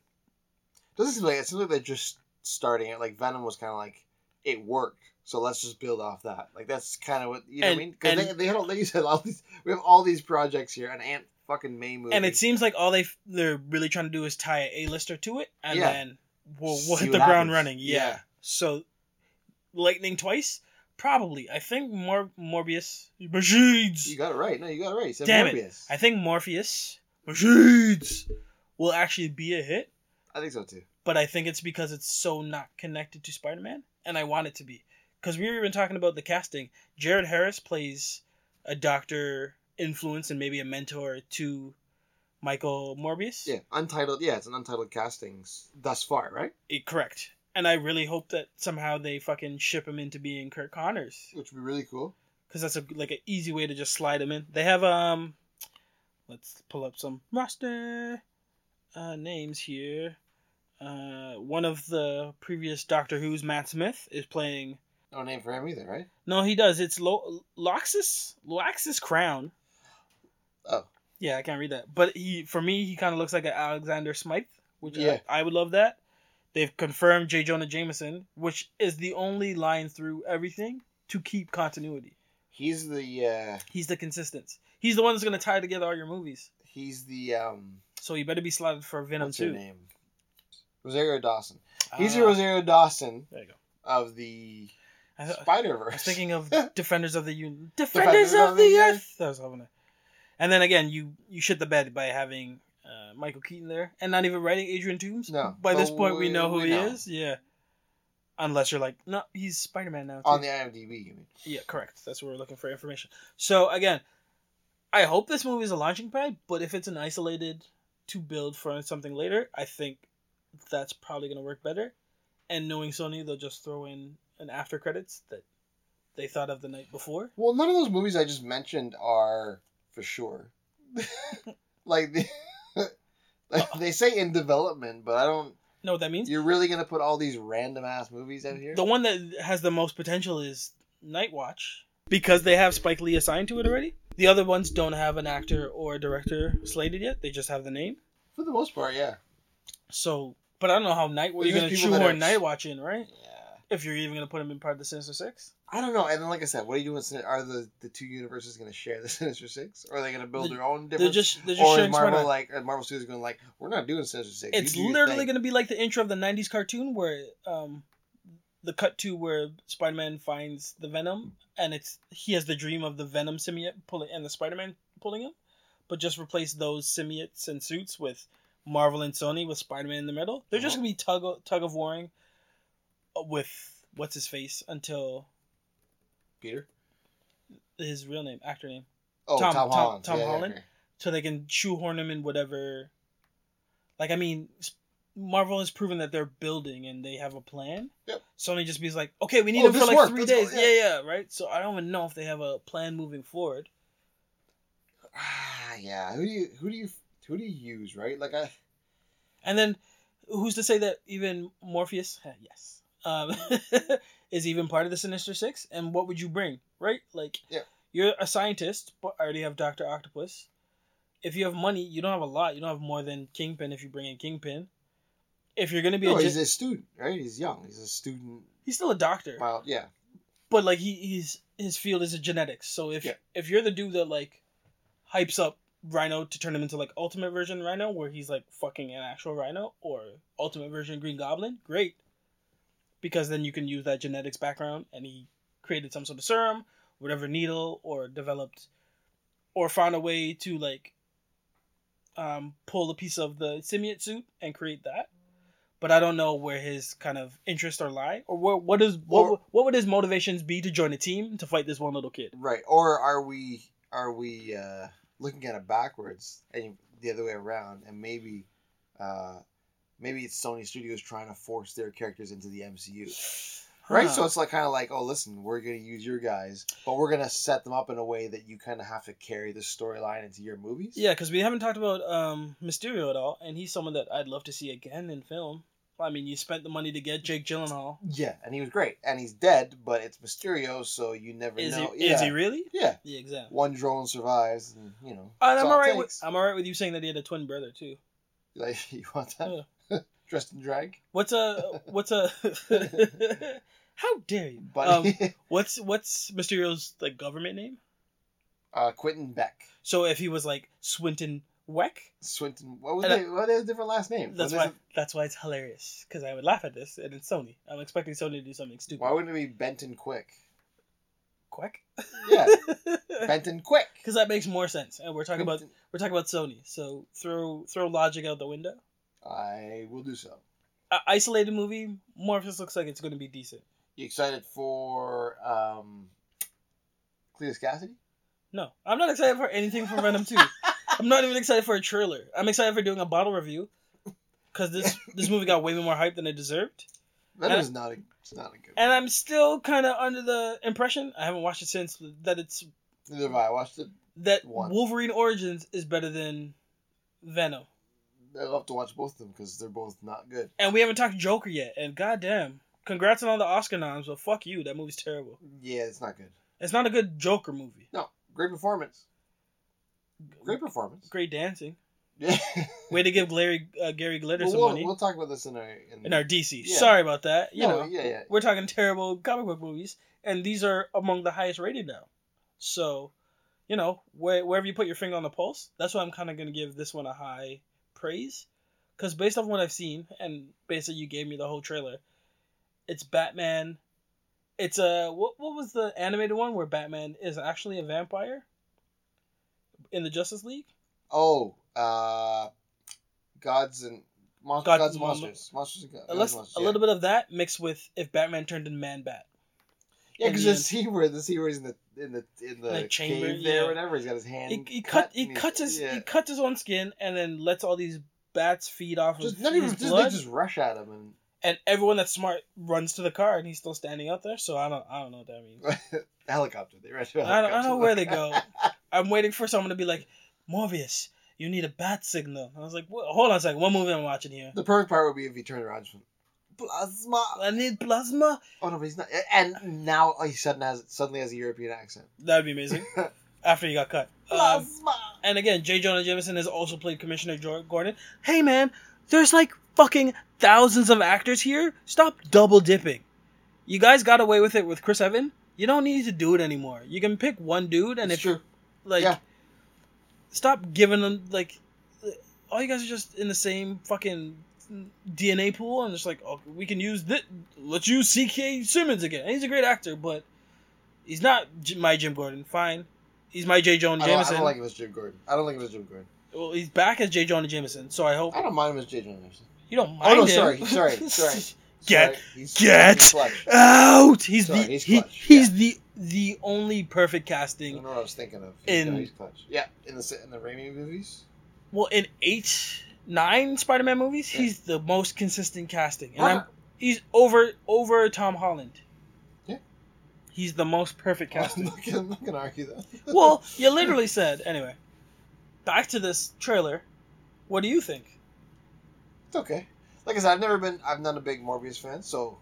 Speaker 1: doesn't seem like it seems like they're just starting it. Like Venom was kind of like it worked, so let's just build off that. Like that's kind of what you know.
Speaker 2: And-
Speaker 1: what I mean, because they,
Speaker 2: and-
Speaker 1: they had all they said all these. We have all these projects here, an Ant fucking May movie,
Speaker 2: And it seems like all they f- they're really trying to do is tie a lister to it, and
Speaker 1: Yeah.
Speaker 2: then we'll, we'll
Speaker 1: See
Speaker 2: hit
Speaker 1: what
Speaker 2: the ground
Speaker 1: happens.
Speaker 2: running. Yeah.
Speaker 1: Yeah.
Speaker 2: So, lightning twice, probably. I think Mor- Morbius, Machines.
Speaker 1: you got it right. No, you got it right. You said
Speaker 2: Damn it.
Speaker 1: Morbius.
Speaker 2: I think Morpheus, Machines, will actually be a hit.
Speaker 1: I think so too.
Speaker 2: but I think it's because it's so not connected to Spider Man, and I want it to be. Because we were even talking about the casting. Jared Harris plays a doctor influence and maybe a mentor to Michael Morbius.
Speaker 1: Yeah, untitled. Yeah, it's an untitled castings thus far, right?
Speaker 2: Eh, correct. And I really hope that somehow they fucking ship him into being Kirk Connors,
Speaker 1: Which would be really cool.
Speaker 2: because that's a like an easy way to just slide him in. They have um, let's pull up some roster uh, names here. Uh, one of the previous Doctor Who's Matt Smith is playing
Speaker 1: No name for him either, right?
Speaker 2: No, he does. It's Lo- Loxus Loxus Crown.
Speaker 1: Oh.
Speaker 2: Yeah, I can't read that. But he for me he kind of looks like an Alexander Smythe, which
Speaker 1: Yeah.
Speaker 2: I, I would love that. They've confirmed J. Jonah Jameson, which is the only line through everything to keep continuity.
Speaker 1: He's the uh
Speaker 2: He's the consistent. He's the one that's gonna tie together all your movies.
Speaker 1: he's the um
Speaker 2: So you better be slotted for Venom
Speaker 1: what's her
Speaker 2: too.
Speaker 1: name? Rosario Dawson. He's the
Speaker 2: Uh,
Speaker 1: Rosario Dawson
Speaker 2: There you go.
Speaker 1: of the
Speaker 2: I, I-
Speaker 1: Spider
Speaker 2: I was
Speaker 1: Verse.
Speaker 2: thinking of Defenders of the Union. Defenders, of the Earth. That was helping. And then again, you you shit the bed by having uh, Michael Keaton there and not even writing Adrian Toomes.
Speaker 1: No,
Speaker 2: By
Speaker 1: but
Speaker 2: this point, we,
Speaker 1: we-
Speaker 2: know who
Speaker 1: we
Speaker 2: he
Speaker 1: know.
Speaker 2: is. Yeah. Unless you're like, no, he's Spider Man now. too."
Speaker 1: on the IMDb. You mean?
Speaker 2: Yeah, correct. That's where we're looking for information. So again, I hope this movie is a launching pad, but if it's an isolated to build for something later, I think that's probably gonna work better. And knowing Sony, they'll just throw in an after credits that they thought of the night before.
Speaker 1: Well, none of those movies I just mentioned are for sure. like the, like, they say in development, but I don't.
Speaker 2: Know what that means?
Speaker 1: You're really gonna put all these random ass movies out here?
Speaker 2: The one that has the most potential is Night Watch because they have Spike Lee assigned to it already. The other ones don't have an actor or a director slated yet; they just have the name.
Speaker 1: For the most part, yeah.
Speaker 2: So, but I don't know how Night. Where
Speaker 1: These
Speaker 2: you're
Speaker 1: are
Speaker 2: gonna
Speaker 1: people that
Speaker 2: shoehorn
Speaker 1: are-
Speaker 2: Night Watch in, right?
Speaker 1: Yeah.
Speaker 2: If you're even gonna put him in part of the Sinister Six,
Speaker 1: I don't know. And then, like I said, what are you doing? Sin- Are the, the two universes going to share the Sinister Six? Or are they going to build
Speaker 2: They-
Speaker 1: their own
Speaker 2: they're
Speaker 1: different?
Speaker 2: just they're just
Speaker 1: or is
Speaker 2: sharing
Speaker 1: Marvel
Speaker 2: Spider.
Speaker 1: like or Marvel Studios going like we're not doing Sinister Six?
Speaker 2: it's literally gonna be like the intro of the '90s cartoon where um, the cut to where Spider-Man finds the Venom, and it's he has the dream of the Venom symbiote pulling and the Spider-Man pulling him, but just replace those symbiotes and suits with Marvel and Sony with Spider-Man in the middle. They're just
Speaker 1: Mhm.
Speaker 2: gonna be tug o- tug of warring uh, with what's his face until
Speaker 1: Peter.
Speaker 2: his real name, actor name.
Speaker 1: Oh,
Speaker 2: Tom-
Speaker 1: Tom,
Speaker 2: Tom-
Speaker 1: Holland.
Speaker 2: Tom Holland. so they can shoehorn him in whatever. Like I mean, s- Marvel has proven that they're building and they have a plan.
Speaker 1: Yep.
Speaker 2: Sony just be like, okay, we need
Speaker 1: Oh,
Speaker 2: him for
Speaker 1: this
Speaker 2: like
Speaker 1: worked.
Speaker 2: three
Speaker 1: Let's go."
Speaker 2: days. yeah, yeah, right. So I don't even know if they have a plan moving forward.
Speaker 1: Ah, yeah. Who do you who do you who do you use? Right? Like I.
Speaker 2: And then, who's to say that even Morpheus, heh, yes, um, is even part of the Sinister Six? And what would you bring, right? Like,
Speaker 1: Yeah.
Speaker 2: you're a scientist, but I already have Doctor Octopus. If you have money, you don't have a lot. You don't have more than Kingpin if you bring in Kingpin. If you're gonna be
Speaker 1: No,
Speaker 2: a,
Speaker 1: he's
Speaker 2: gen-
Speaker 1: a student, right? He's young. He's a student.
Speaker 2: he's still a doctor,
Speaker 1: Well, yeah.
Speaker 2: but like he he's his field is a genetics. So if
Speaker 1: Yeah.
Speaker 2: if you're the dude that like hypes up Rhino to turn him into like Ultimate Version Rhino, where he's like fucking an actual Rhino, or Ultimate Version Green Goblin, great, because then you can use that genetics background, and he created some sort of serum, whatever needle, or developed, or found a way to like um, pull a piece of the symbiote suit and create that. But I don't know where his kind of interests are lie, or what what is what,
Speaker 1: Or-
Speaker 2: what would his motivations be to join a team to fight this one little kid?
Speaker 1: Right. Or are we are we uh, looking at it backwards and the other way around? And maybe uh, maybe it's Sony Studios trying to force their characters into the MCU. Right.
Speaker 2: Huh.
Speaker 1: So it's like kind of like, oh, listen, we're gonna use your guys, but we're gonna set them up in a way that you kind of have to carry the storyline into your movies.
Speaker 2: Yeah, because we haven't talked about um, Mysterio at all, and he's someone that I'd love to see again in film. I mean, you spent the money to get Jake Gyllenhaal.
Speaker 1: Yeah, and he was great, and he's dead, but it's Mysterio, so you never
Speaker 2: Is
Speaker 1: know.
Speaker 2: he?
Speaker 1: yeah.
Speaker 2: Is he really?
Speaker 1: Yeah,
Speaker 2: Yeah, exactly.
Speaker 1: one drone survives, and you know.
Speaker 2: And
Speaker 1: it's
Speaker 2: I'm
Speaker 1: all it
Speaker 2: alright with
Speaker 1: takes.
Speaker 2: I'm alright with you saying that he had a twin brother too.
Speaker 1: Like, you want that? Dressed in drag,
Speaker 2: What's a what's a how dare you?
Speaker 1: but
Speaker 2: Um, what's what's Mysterio's like government name?
Speaker 1: uh, Quentin Beck,
Speaker 2: So if he was like Swinton Weck,
Speaker 1: Swinton. What was
Speaker 2: and, uh,
Speaker 1: they? What was a different last name?
Speaker 2: that's
Speaker 1: What
Speaker 2: why
Speaker 1: is it-
Speaker 2: that's why it's hilarious because I would laugh at this, and it's Sony. I'm expecting Sony to do something stupid.
Speaker 1: Why wouldn't it be Benton Quick?
Speaker 2: Quack.
Speaker 1: Yeah, Benton Quick.
Speaker 2: Because that makes more sense, and we're talking about
Speaker 1: Benton-
Speaker 2: we're talking about Sony. So throw throw logic out the window.
Speaker 1: I will do so.
Speaker 2: A isolated movie, Morpheus looks like it's going to be decent.
Speaker 1: You excited for um, Cletus Cassidy?
Speaker 2: No, I'm not excited for anything from Venom Two. I'm not even excited for a trailer. I'm excited for doing a bottle review because this this movie got way more hype than it deserved.
Speaker 1: That
Speaker 2: And-
Speaker 1: is not a. It's not a good.
Speaker 2: And I'm still kind of under the impression I haven't watched it since that it's
Speaker 1: Neither have I. I watched it.
Speaker 2: that
Speaker 1: One.
Speaker 2: Wolverine Origins is better than Venom,
Speaker 1: I'll have to watch both of them because they're both not good.
Speaker 2: and we haven't talked Joker yet. And goddamn, congrats on all the Oscar noms, but fuck you, that movie's terrible.
Speaker 1: Yeah, it's not good.
Speaker 2: It's not a good Joker movie.
Speaker 1: No, great performance. Great performance.
Speaker 2: Great dancing.
Speaker 1: Yeah.
Speaker 2: Way to give Larry uh, Gary Glitter
Speaker 1: Well,
Speaker 2: some
Speaker 1: we'll,
Speaker 2: money
Speaker 1: we'll talk about this in our in,
Speaker 2: in our DC.
Speaker 1: Yeah.
Speaker 2: Sorry about that. You
Speaker 1: No,
Speaker 2: know,
Speaker 1: yeah, yeah.
Speaker 2: we're talking terrible comic book movies, and these are among the highest rated now. So, you know, where, wherever you put your finger on the pulse, that's why I'm kind of going to give this one a high praise, because based off what I've seen, and basically you gave me the whole trailer, it's Batman. It's a what? What was the animated one where Batman is actually a vampire in the Justice League?
Speaker 1: Oh, uh, gods and mon-
Speaker 2: God-
Speaker 1: gods and
Speaker 2: mon-
Speaker 1: monsters, monsters and go- gods.
Speaker 2: a, less,
Speaker 1: and monsters,
Speaker 2: a
Speaker 1: yeah.
Speaker 2: little bit of that mixed with if Batman turned into Man Bat.
Speaker 1: Yeah,
Speaker 2: in
Speaker 1: because
Speaker 2: the
Speaker 1: the
Speaker 2: end.
Speaker 1: scene where the scene where he's in the in the in the
Speaker 2: Like chamber,
Speaker 1: cave there,
Speaker 2: yeah.
Speaker 1: or whatever. He's got his hand.
Speaker 2: He, he cut, he
Speaker 1: and he's-
Speaker 2: cuts his
Speaker 1: Yeah.
Speaker 2: he cuts his own skin and then lets all these bats feed off of
Speaker 1: just not even
Speaker 2: his
Speaker 1: just, they
Speaker 2: blood.
Speaker 1: just rush at him and
Speaker 2: And everyone that's smart runs to the car and he's still standing out there. So I don't I don't know what that means.
Speaker 1: helicopter. They rush.
Speaker 2: I don't, I don't know where they go. I'm waiting for someone to be like Morbius. You need a bat signal. I was like, "Wha- hold on a second. What movie am I watching here?
Speaker 1: The perfect part would be if he turned around. and just went, Plasma.
Speaker 2: I need plasma.
Speaker 1: Oh no, but he's not. And now all he suddenly has suddenly has a European accent.
Speaker 2: That'd be amazing. After he got cut. Um,
Speaker 1: Plasma.
Speaker 2: And again, J. Jonah Jameson has also played Commissioner Jor- Gordon. Hey, man, there's like fucking thousands of actors here. Stop double dipping. You guys got away with it with Chris Evan. You don't need to do it anymore. You can pick one dude, and
Speaker 1: It's
Speaker 2: if you're like,
Speaker 1: Yeah.
Speaker 2: stop giving them like, all you guys are just in the same fucking DNA pool, and it's like, oh, we can use this. Let's use C.K. Simmons again. And he's a great actor, but he's not J- my Jim Gordon. Fine, he's my J. Jonah
Speaker 1: I don't, I
Speaker 2: Jameson.
Speaker 1: don't like him as Jim Gordon. I don't like him as Jim Gordon.
Speaker 2: Well, he's back as J. Jonah Jameson, so I hope
Speaker 1: I don't mind him as J. Jonah Jameson.
Speaker 2: you don't
Speaker 1: Oh
Speaker 2: mind
Speaker 1: no,
Speaker 2: him.
Speaker 1: sorry, sorry, sorry.
Speaker 2: Get-
Speaker 1: Right? He's-
Speaker 2: get-
Speaker 1: he's clutch. I
Speaker 2: out. He's
Speaker 1: Sorry,
Speaker 2: the
Speaker 1: he's
Speaker 2: he,
Speaker 1: clutch.
Speaker 2: he's the the only perfect
Speaker 1: don't
Speaker 2: casting.
Speaker 1: know what I was thinking of. He's,
Speaker 2: In-
Speaker 1: no, he's clutch. Yeah, in the s- in the Raimi movies.
Speaker 2: Well, in eight nine Spider-Man movies,
Speaker 1: Yeah.
Speaker 2: he's the most consistent casting, and
Speaker 1: Huh?
Speaker 2: I'm, he's over over Tom Holland.
Speaker 1: Yeah.
Speaker 2: He's the most perfect
Speaker 1: I'm
Speaker 2: casting.
Speaker 1: not gonna, I'm not gonna argue that.
Speaker 2: well, you literally said anyway. Back to this trailer. What do you think?
Speaker 1: It's okay. Like I said, I've never been. I'm not a big Morbius fan, so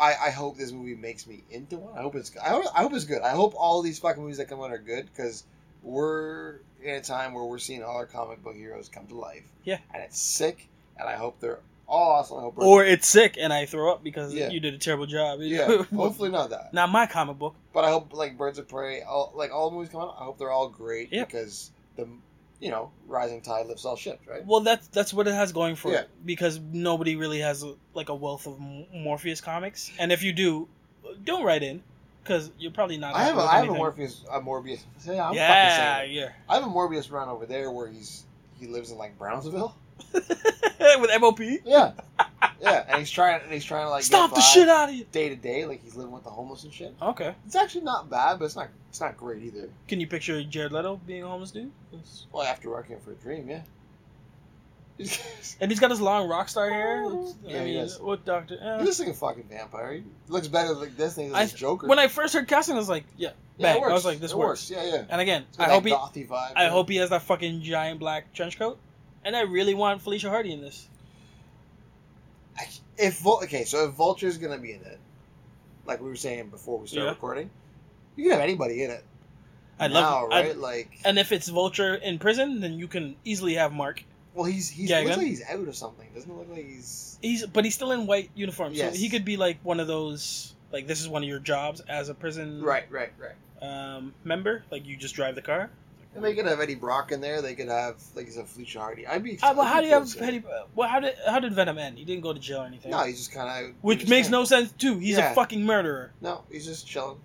Speaker 1: I, I hope this movie makes me into one. I hope it's. I hope, I hope it's good. I hope all these fucking movies that come out are good because we're in a time where we're seeing all our comic book heroes come to life.
Speaker 2: Yeah.
Speaker 1: and it's sick. And I hope they're all awesome. I hope. we're-
Speaker 2: Or it's sick and I throw up because
Speaker 1: Yeah.
Speaker 2: you did a terrible job.
Speaker 1: yeah, hopefully not that.
Speaker 2: Not my comic book.
Speaker 1: But I hope like Birds of Prey, all like all the movies come out. I hope they're all great
Speaker 2: Yeah.
Speaker 1: because the you know rising tide lifts all ships, right?
Speaker 2: Well, that's that's what it has going for
Speaker 1: Yeah.
Speaker 2: it because nobody really has a, like a wealth of M- Morpheus comics, and if you do, don't write in because you're probably not.
Speaker 1: I have a,
Speaker 2: happy with
Speaker 1: I have a
Speaker 2: anything.
Speaker 1: Morpheus a Morbius. See, I'm fucking saying
Speaker 2: yeah,
Speaker 1: it. I have a Morbius run over there where he's he lives in like Brownsville.
Speaker 2: yeah, with MOP.
Speaker 1: Yeah, yeah, and he's trying and he's trying to like
Speaker 2: Stomp the shit out of you.
Speaker 1: day to day, like he's living with the homeless and shit.
Speaker 2: Okay,
Speaker 1: It's actually not bad, but it's not it's not great either.
Speaker 2: can you picture Jared Leto being a homeless dude?
Speaker 1: Well, after working for a dream, yeah. He's
Speaker 2: And he's got his long rock star hair. It's-
Speaker 1: Yeah,
Speaker 2: I
Speaker 1: he
Speaker 2: mean,
Speaker 1: does.
Speaker 2: what doctor? eh.
Speaker 1: looks like a fucking vampire. He looks better like this than he
Speaker 2: I-
Speaker 1: does as Joker.
Speaker 2: When I first heard casting, I was like, yeah.
Speaker 1: Yeah, it
Speaker 2: bang, I was
Speaker 1: works.
Speaker 2: like, this
Speaker 1: It
Speaker 2: works.
Speaker 1: Yeah, yeah.
Speaker 2: And again,
Speaker 1: It's got
Speaker 2: I
Speaker 1: that
Speaker 2: hope he,
Speaker 1: gothy vibe.
Speaker 2: I hope he has that fucking giant black trench coat, and I really want Felicia Hardy in this.
Speaker 1: if Vul- okay, so if Vulture's gonna be in it, like we were saying before we started
Speaker 2: Yeah.
Speaker 1: recording, you can have anybody in it.
Speaker 2: I'd
Speaker 1: now,
Speaker 2: love, I'd-
Speaker 1: right? like,
Speaker 2: And if it's Vulture in prison, then you can easily have Mark.
Speaker 1: well, he's he's
Speaker 2: Yeah,
Speaker 1: looks
Speaker 2: again?
Speaker 1: like he's out of something. Doesn't it look like he's
Speaker 2: He's but he's still in white uniform,
Speaker 1: Yes.
Speaker 2: so he could be like one of those like this is one of your jobs as a prison
Speaker 1: right, right, right.
Speaker 2: um, member. Like you just drive the car.
Speaker 1: And they could have Eddie Brock in there. They could have like he's a Felicia Hardy. I'd be.
Speaker 2: Uh, well,
Speaker 1: I'd
Speaker 2: how
Speaker 1: be
Speaker 2: do you
Speaker 1: cool
Speaker 2: have
Speaker 1: with it.
Speaker 2: Petty? Well, how did how did Venom end? He didn't go to jail or anything.
Speaker 1: No, he's just kind of.
Speaker 2: Which makes no sense too. He's
Speaker 1: Yeah.
Speaker 2: a fucking murderer,
Speaker 1: No, he's just chilling.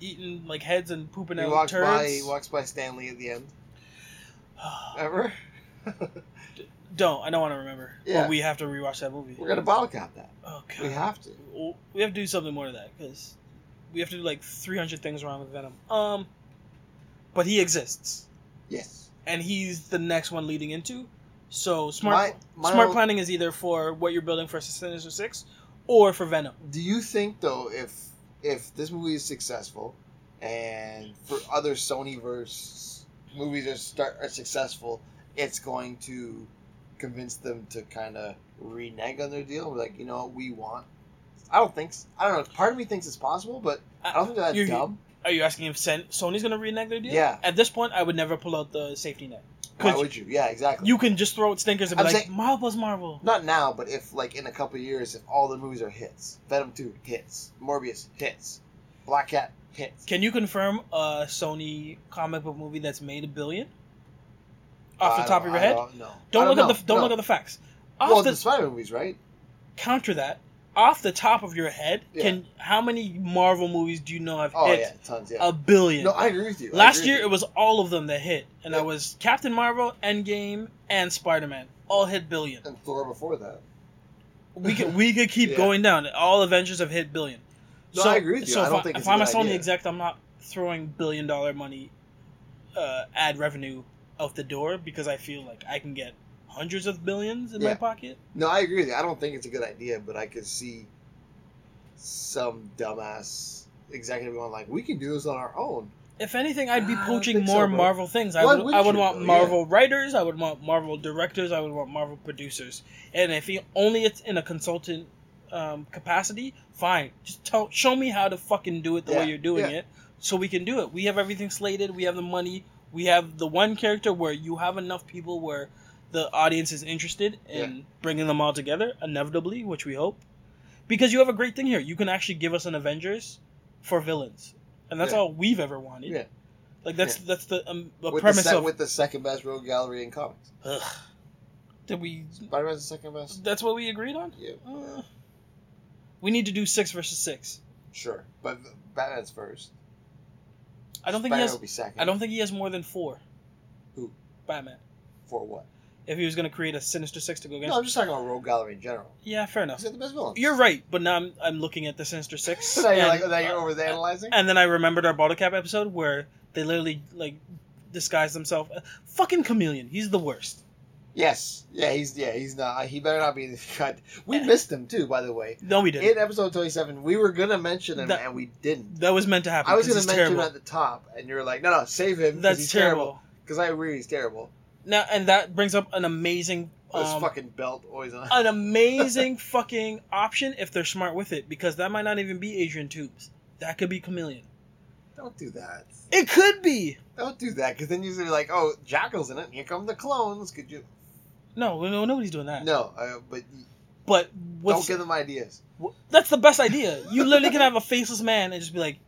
Speaker 2: eating like heads and pooping
Speaker 1: He
Speaker 2: out
Speaker 1: walks
Speaker 2: turds.
Speaker 1: by. He walks by Stanley at the end. Ever?
Speaker 2: don't I don't want to remember.
Speaker 1: Yeah.
Speaker 2: But we have to rewatch that movie.
Speaker 1: We're gonna bottle cap that.
Speaker 2: oh god.
Speaker 1: We have to.
Speaker 2: Well, we have to do something more to that because we have to do like 300 things wrong with Venom. Um, but he exists,
Speaker 1: Yes.
Speaker 2: and he's the next one leading into. So smart,
Speaker 1: My- my
Speaker 2: smart
Speaker 1: own-
Speaker 2: planning is either for what you're building for Sinister Six, or for Venom.
Speaker 1: Do you think though, if if this movie is successful, and for other Sonyverse movies are start are successful, it's going to convince them to kind of renege on their deal? Like, you know, what, we want. I don't think. s- I don't know. Part of me thinks it's possible, but I don't think that's
Speaker 2: You're-
Speaker 1: dumb.
Speaker 2: Are you asking if Sen- Sony's going to renege their deal?
Speaker 1: Yeah.
Speaker 2: At this point, I would never pull out the safety net
Speaker 1: Why
Speaker 2: because
Speaker 1: would you? Yeah, exactly.
Speaker 2: you can just throw out stinkers and be
Speaker 1: I'm
Speaker 2: like,
Speaker 1: saying-
Speaker 2: Marvel's Marvel.
Speaker 1: Not now, but if like in a couple of years, if all the movies are hits, Venom Two hits, Morbius hits, Black Cat hits.
Speaker 2: Can you confirm a Sony comic book movie that's made a billion?
Speaker 1: I
Speaker 2: Off the
Speaker 1: don't-
Speaker 2: top of your
Speaker 1: I
Speaker 2: head,
Speaker 1: don't, know.
Speaker 2: don't,
Speaker 1: I
Speaker 2: look
Speaker 1: know.
Speaker 2: at the don't
Speaker 1: No.
Speaker 2: look at the facts. Off
Speaker 1: Well,
Speaker 2: the,
Speaker 1: the Spider movies, right?
Speaker 2: counter that off the top of your head
Speaker 1: Yeah.
Speaker 2: can how many marvel movies do you know have
Speaker 1: Oh
Speaker 2: hit
Speaker 1: yeah, tons. Yeah.
Speaker 2: a billion
Speaker 1: no, I agree with you. I
Speaker 2: last
Speaker 1: agree
Speaker 2: year
Speaker 1: with
Speaker 2: it was all of them that hit and
Speaker 1: Yeah.
Speaker 2: that was captain marvel endgame and spider-man all hit billion
Speaker 1: you. and Thor before that.
Speaker 2: we could we could keep
Speaker 1: Yeah.
Speaker 2: going down all avengers have hit billion
Speaker 1: No, I agree with you.
Speaker 2: so
Speaker 1: I
Speaker 2: if,
Speaker 1: don't think
Speaker 2: if
Speaker 1: it's a
Speaker 2: i'm a
Speaker 1: good
Speaker 2: sony
Speaker 1: idea.
Speaker 2: exec i'm not throwing billion dollar money uh, ad revenue out the door because i feel like i can get hundreds of billions in
Speaker 1: Yeah.
Speaker 2: my pocket
Speaker 1: No, I agree with you. I don't think it's a good idea, but I could see some dumbass executive going like, "We can do this on our own."
Speaker 2: If anything, I'd be
Speaker 1: Ah, I don't
Speaker 2: poaching
Speaker 1: think so,
Speaker 2: more
Speaker 1: bro.
Speaker 2: Marvel things. I
Speaker 1: Why
Speaker 2: would,
Speaker 1: would
Speaker 2: I would
Speaker 1: you,
Speaker 2: want
Speaker 1: though?
Speaker 2: Marvel writers. I would want Marvel directors. I would want Marvel producers. And if he, only it's in a consultant um, capacity, fine. Just tell, show me how to fucking do it the
Speaker 1: Yeah,
Speaker 2: way you're doing
Speaker 1: yeah.
Speaker 2: it, so we can do it. We have everything slated. We have the money. We have the one character where you have enough people where the audience is interested in bringing them all together, inevitably, which we hope. Because you have a great thing here. You can actually give us an Avengers for villains, and that's
Speaker 1: Yeah.
Speaker 2: all we've ever wanted.
Speaker 1: Yeah.
Speaker 2: Like that's that's the, um, the
Speaker 1: with
Speaker 2: premise
Speaker 1: the se-
Speaker 2: of.
Speaker 1: with the second best rogue gallery in comics.
Speaker 2: Ugh. Did we?
Speaker 1: Spider Man's the second best.
Speaker 2: That's what we agreed on.
Speaker 1: Yeah,
Speaker 2: Uh, we need to do six versus six.
Speaker 1: sure, but Batman's first.
Speaker 2: I don't think
Speaker 1: Spider
Speaker 2: he
Speaker 1: will
Speaker 2: has.
Speaker 1: be second.
Speaker 2: I don't think he has more than four.
Speaker 1: Who?
Speaker 2: Batman.
Speaker 1: for what?
Speaker 2: if he was going to create a Sinister Six to go against.
Speaker 1: No, I'm just talking about Rogue Gallery in general.
Speaker 2: Yeah, fair enough.
Speaker 1: He's got the best villains.
Speaker 2: You're right, but now I'm, I'm looking at the Sinister Six.
Speaker 1: So now you're
Speaker 2: and,
Speaker 1: like, now you're
Speaker 2: uh,
Speaker 1: over there analyzing.
Speaker 2: and then I remembered our bottle cap episode where they literally like disguised themselves. Uh, Fucking chameleon, he's the worst.
Speaker 1: Yes. Yeah, he's yeah, he's not he better not be in the cut. We missed him too, by the way.
Speaker 2: No, we didn't.
Speaker 1: In episode twenty seven, we were gonna mention him
Speaker 2: That-
Speaker 1: and we didn't.
Speaker 2: that was meant to happen.
Speaker 1: I was
Speaker 2: 'cause
Speaker 1: gonna
Speaker 2: he's
Speaker 1: mention
Speaker 2: terrible.
Speaker 1: him at the top and you're like, No no, save him. 'cause
Speaker 2: That's
Speaker 1: he's
Speaker 2: terrible.
Speaker 1: Because I agree he's terrible.
Speaker 2: Now, and that brings up an amazing,
Speaker 1: This
Speaker 2: um,
Speaker 1: fucking belt always on
Speaker 2: an amazing fucking option if they're smart with it, because that might not even be Adrian Tubes. That could be Chameleon.
Speaker 1: Don't do that.
Speaker 2: It could be.
Speaker 1: Don't do that, because then you're gonna be like, Oh, Jackal's in it, here come the clones. Could you
Speaker 2: No, no, nobody's doing that.
Speaker 1: No, uh, but you-
Speaker 2: But
Speaker 1: don't
Speaker 2: what's
Speaker 1: give them ideas.
Speaker 2: wh- that's the best idea. You literally can have a faceless man and just be like,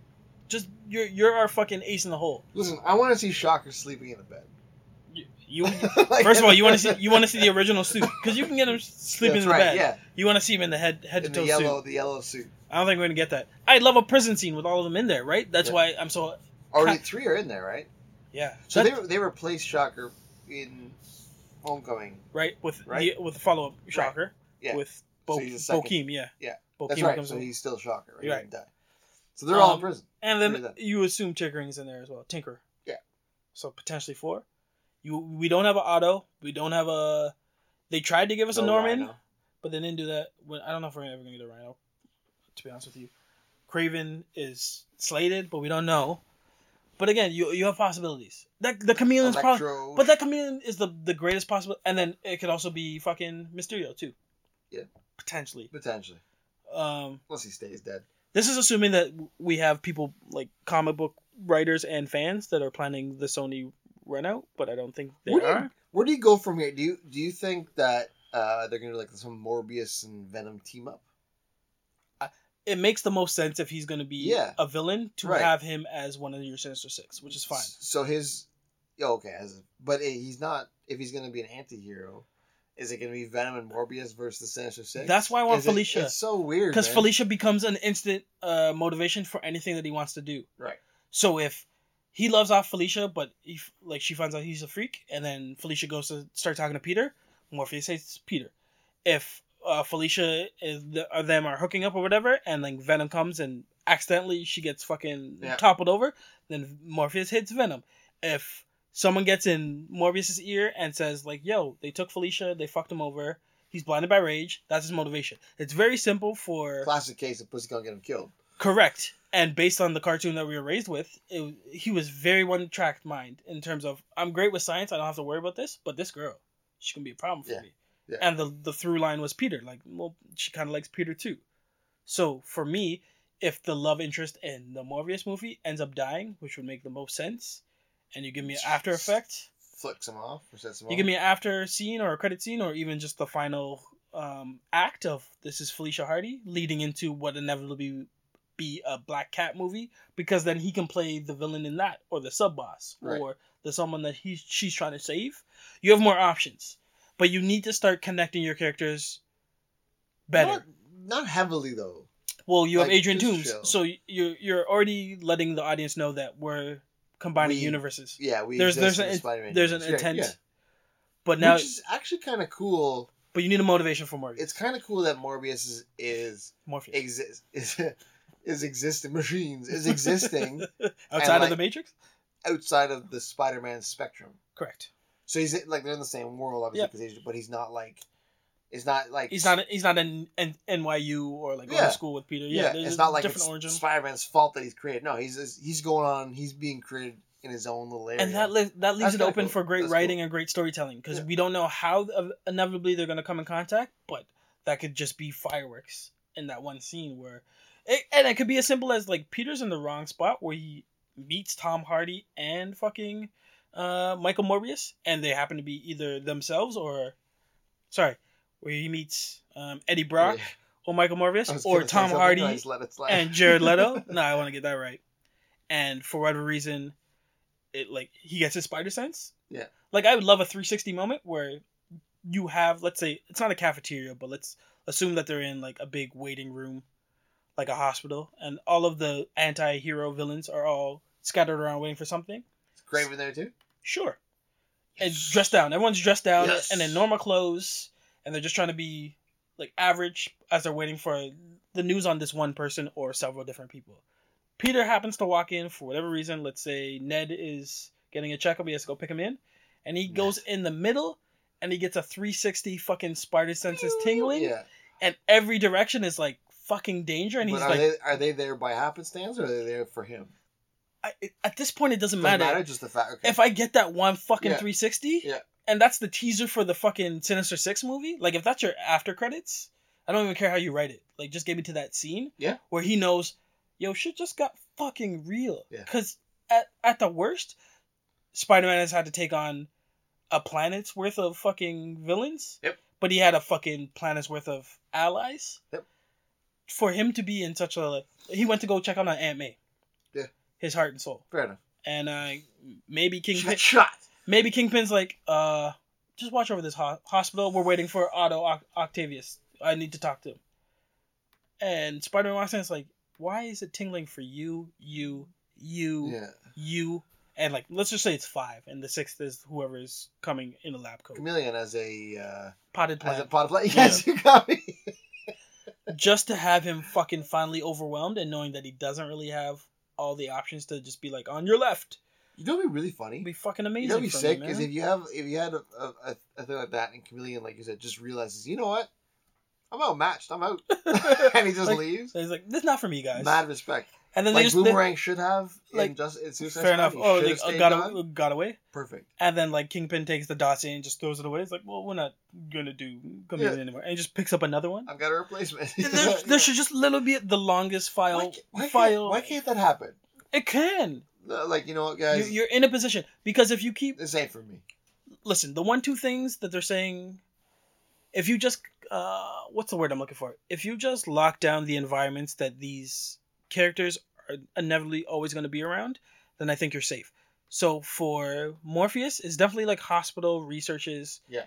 Speaker 2: just you're you're our fucking ace in the hole.
Speaker 1: Listen, I wanna see Shocker sleeping in a bed.
Speaker 2: You, you first of all, you want to see you want to see the original suit because you can get him sleeping
Speaker 1: That's
Speaker 2: in the
Speaker 1: right,
Speaker 2: bed.
Speaker 1: yeah.
Speaker 2: You want to see him in the head head to
Speaker 1: In the
Speaker 2: toe
Speaker 1: yellow
Speaker 2: suit.
Speaker 1: the yellow suit.
Speaker 2: I don't think we're gonna get that. I love a prison scene with all of them in there, right? That's
Speaker 1: Yeah.
Speaker 2: why I'm so
Speaker 1: Already three are in there, right?
Speaker 2: yeah.
Speaker 1: So
Speaker 2: That-
Speaker 1: they they replaced Shocker in Homecoming.
Speaker 2: right with
Speaker 1: Right?
Speaker 2: The, with the follow up shocker
Speaker 1: Yeah.
Speaker 2: with
Speaker 1: So
Speaker 2: Bo-
Speaker 1: he's the second-
Speaker 2: Bokeem, yeah,
Speaker 1: Yeah.
Speaker 2: Bokeem
Speaker 1: That's right.
Speaker 2: comes
Speaker 1: So
Speaker 2: in.
Speaker 1: he's still Shocker. Right. He
Speaker 2: Right.
Speaker 1: didn't die. So they're all
Speaker 2: Um,
Speaker 1: in prison.
Speaker 2: and
Speaker 1: Three
Speaker 2: then
Speaker 1: of them.
Speaker 2: you assume Tinkering's in there as well, Tinker.
Speaker 1: Yeah.
Speaker 2: So potentially four. You we don't have a Otto, we don't have a. They tried to give us a
Speaker 1: No
Speaker 2: Norman,
Speaker 1: Rhino.
Speaker 2: but they didn't do that. When I don't know if we're ever gonna get a Rhino. To be honest with you, Craven is slated, but we don't know. But again, you you have possibilities. That the chameleon's probably.
Speaker 1: Electro.
Speaker 2: But that chameleon is the the greatest possible, and then it could also be fucking Mysterio too.
Speaker 1: Yeah.
Speaker 2: potentially.
Speaker 1: potentially,
Speaker 2: Um,
Speaker 1: unless he stays dead.
Speaker 2: this is assuming that we have people like comic book writers and fans that are planning the Sony run out, but I don't think they
Speaker 1: What do you-
Speaker 2: are.
Speaker 1: Where do you go from here? Do you do you think that uh, they're gonna do like some Morbius and Venom team up?
Speaker 2: It makes the most sense if he's going to be
Speaker 1: Yeah.
Speaker 2: a villain to
Speaker 1: Right.
Speaker 2: have him as one of your Sinister Six, which is fine.
Speaker 1: S- So his, yeah, okay, as, but eh, he's not. If he's gonna be an anti-hero, is it gonna be Venom and Morbius versus the Sinister Six?
Speaker 2: That's why I want
Speaker 1: Is it-
Speaker 2: Felicia.
Speaker 1: it's so weird
Speaker 2: because
Speaker 1: man.
Speaker 2: Felicia becomes an instant uh, motivation for anything that he wants to do.
Speaker 1: Right.
Speaker 2: So if he loves off Felicia, but if like she finds out he's a freak, and then Felicia goes to start talking to Peter, Morpheus hates Peter. If uh, Felicia is the, or them are hooking up or whatever, and like Venom comes and accidentally she gets fucking
Speaker 1: Yeah.
Speaker 2: toppled over, then Morpheus hits Venom. If someone gets in Morbius's ear and says like, "Yo, they took Felicia, they fucked him over." He's blinded by rage. That's his motivation. It's very simple for
Speaker 1: Classic case of pussy gonna get him killed.
Speaker 2: Correct. And based on the cartoon that we were raised with, it, he was very one track mind in terms of I'm great with science, I don't have to worry about this, but this girl, she can be a problem for
Speaker 1: Yeah.
Speaker 2: me.
Speaker 1: Yeah.
Speaker 2: And the the through line was Peter. Like, well, she kind of likes Peter too. So for me, if the love interest in the Morbius movie ends up dying, which would make the most sense, and you give me an after effect,
Speaker 1: Flicks him off or sets him
Speaker 2: you
Speaker 1: off.
Speaker 2: give me an after scene or a credit scene or even just the final um, act of this is Felicia Hardy leading into what inevitably be a Black Cat movie because then he can play the villain in that or the sub boss
Speaker 1: Right.
Speaker 2: or the someone that he she's trying to save. You have more options, but you need to start connecting your characters better.
Speaker 1: Not, not heavily though.
Speaker 2: well, you have
Speaker 1: like,
Speaker 2: Adrian
Speaker 1: just
Speaker 2: Toomes,
Speaker 1: chill.
Speaker 2: so you're you're already letting the audience know that we're combining
Speaker 1: We-
Speaker 2: universes.
Speaker 1: Yeah, we
Speaker 2: There's-
Speaker 1: exist
Speaker 2: there's
Speaker 1: in
Speaker 2: an-
Speaker 1: the Spider-Man
Speaker 2: There's an
Speaker 1: universe. Yeah,
Speaker 2: intent,
Speaker 1: yeah.
Speaker 2: but now,
Speaker 1: which is actually kind of cool.
Speaker 2: but you need a motivation for Morbius.
Speaker 1: It's kind of cool that Morbius is is
Speaker 2: Morpheus.
Speaker 1: exist is, is existing machines is existing
Speaker 2: outside
Speaker 1: And,
Speaker 2: of the
Speaker 1: like-
Speaker 2: Matrix.
Speaker 1: outside of the Spider-Man spectrum.
Speaker 2: Correct.
Speaker 1: So he's like they're in the same world, obviously,
Speaker 2: Yeah.
Speaker 1: 'cause he's- but he's not like it's not like
Speaker 2: He's not. He's not in, in NYU or like going
Speaker 1: Yeah.
Speaker 2: to school with Peter. Yeah,
Speaker 1: Yeah,
Speaker 2: there's
Speaker 1: it's
Speaker 2: a
Speaker 1: not like
Speaker 2: different
Speaker 1: it's
Speaker 2: origin.
Speaker 1: Spider-Man's fault that he's created. No, he's he's going on. He's being created in his own little area.
Speaker 2: and that li- that leaves
Speaker 1: That's
Speaker 2: it
Speaker 1: kinda
Speaker 2: open
Speaker 1: cool.
Speaker 2: for great
Speaker 1: That's
Speaker 2: writing
Speaker 1: cool.
Speaker 2: and great storytelling because
Speaker 1: Yeah.
Speaker 2: we don't know how th- inevitably they're going to come in contact, but that could just be fireworks in that one scene where, it, and it could be as simple as like Peter's in the wrong spot where he meets Tom Hardy and fucking uh, Michael Morbius, and they happen to be either themselves or, sorry, where he meets um, Eddie Brock
Speaker 1: Yeah.
Speaker 2: or Michael
Speaker 1: I
Speaker 2: Morbius
Speaker 1: was
Speaker 2: or
Speaker 1: gonna say
Speaker 2: Tom
Speaker 1: something,
Speaker 2: Hardy
Speaker 1: no, I just let it slide.
Speaker 2: and Jared Leto. no, I want to get that right. And for whatever reason, it like he gets his spider sense.
Speaker 1: Yeah.
Speaker 2: Like I would love a 360 moment where you have, let's say, it's not a cafeteria, but let's assume that they're in like a big waiting room, like a hospital, and all of the anti-hero villains are all scattered around waiting for something.
Speaker 1: Craven there too.
Speaker 2: Sure. It's dressed down. Everyone's dressed down
Speaker 1: Yes.
Speaker 2: and in normal clothes, and they're just trying to be like average as they're waiting for the news on this one person or several different people. Peter happens to walk in for whatever reason. Let's say Ned is getting a checkup. He has to go pick him in, and he goes in the middle, and he gets a 360 fucking spider senses tingling,
Speaker 1: Yeah.
Speaker 2: and every direction is like fucking danger. And
Speaker 1: But
Speaker 2: he's
Speaker 1: are
Speaker 2: like,
Speaker 1: they are they there by happenstance or are they there for him?
Speaker 2: I, at this point, it doesn't
Speaker 1: Doesn't
Speaker 2: matter.
Speaker 1: matter. Just the fact. Okay.
Speaker 2: if I get that one fucking
Speaker 1: Yeah.
Speaker 2: 360,
Speaker 1: Yeah.
Speaker 2: and that's the teaser for the fucking Sinister Six movie, like if that's your after credits, I don't even care how you write it. Like just get me to that scene,
Speaker 1: Yeah.
Speaker 2: where he knows, yo, shit just got fucking real.
Speaker 1: Yeah.
Speaker 2: Because at at the worst, Spider Man has had to take on a planet's worth of fucking villains.
Speaker 1: Yep.
Speaker 2: But he had a fucking planet's worth of allies.
Speaker 1: Yep.
Speaker 2: For him to be in such a, he went to go check on Aunt May.
Speaker 1: Yeah.
Speaker 2: His heart and soul
Speaker 1: Fair enough.
Speaker 2: and uh, maybe Kingpin,
Speaker 1: Shot. shot.
Speaker 2: maybe Kingpin's like, uh, just watch over this ho- hospital. We're waiting for Otto Oc- Octavius. I need to talk to him. And Spider-Man walks in. It's like, why is it tingling for you, you, you,
Speaker 1: Yeah.
Speaker 2: you, and like, let's just say it's five, and the sixth is whoever is coming in a lab coat,
Speaker 1: Chameleon as a uh,
Speaker 2: potted
Speaker 1: as a
Speaker 2: plant,
Speaker 1: pot of light. Yes, you got me.
Speaker 2: just to have him fucking finally overwhelmed and knowing that he doesn't really have all the options to just be like on your left.
Speaker 1: You know, what'd be really funny.
Speaker 2: It'd be fucking
Speaker 1: You
Speaker 2: amazing.
Speaker 1: know, what'd be
Speaker 2: for me,
Speaker 1: sick is
Speaker 2: man.
Speaker 1: if you have if you had a, a, a, a thing like that and Chameleon, like you said, just realizes, you know what, I'm outmatched. I'm out, and he just
Speaker 2: Like,
Speaker 1: leaves.
Speaker 2: So he's like, "This is not for me, guys."
Speaker 1: Mad respect.
Speaker 2: and then they
Speaker 1: like
Speaker 2: just they-
Speaker 1: Boomerang should have. Like
Speaker 2: like,
Speaker 1: in just in Suicide
Speaker 2: fair
Speaker 1: Squad,
Speaker 2: enough.
Speaker 1: he
Speaker 2: Oh,
Speaker 1: should
Speaker 2: they
Speaker 1: have stayed
Speaker 2: got
Speaker 1: gone.
Speaker 2: away, got away,
Speaker 1: Perfect.
Speaker 2: and then like Kingpin takes the dossier and just throws it away. It's like, well, we're not gonna do Chameleon anymore, and he just picks up another one.
Speaker 1: I've got a replacement.
Speaker 2: There, there should just literally be the longest file.
Speaker 1: why, can't- why can't-
Speaker 2: file.
Speaker 1: why can't that happen?
Speaker 2: it can?
Speaker 1: No, Like you know what,
Speaker 2: You,
Speaker 1: guys,
Speaker 2: you're in a position because if you keep
Speaker 1: this ain't for me.
Speaker 2: listen, the one two things that they're saying, if you just uh, what's the word I'm looking for? If you just lock down the environments that these characters are inevitably always going to be around, then I think you're safe. So for Morpheus, it's definitely like hospital researches.
Speaker 1: Yeah.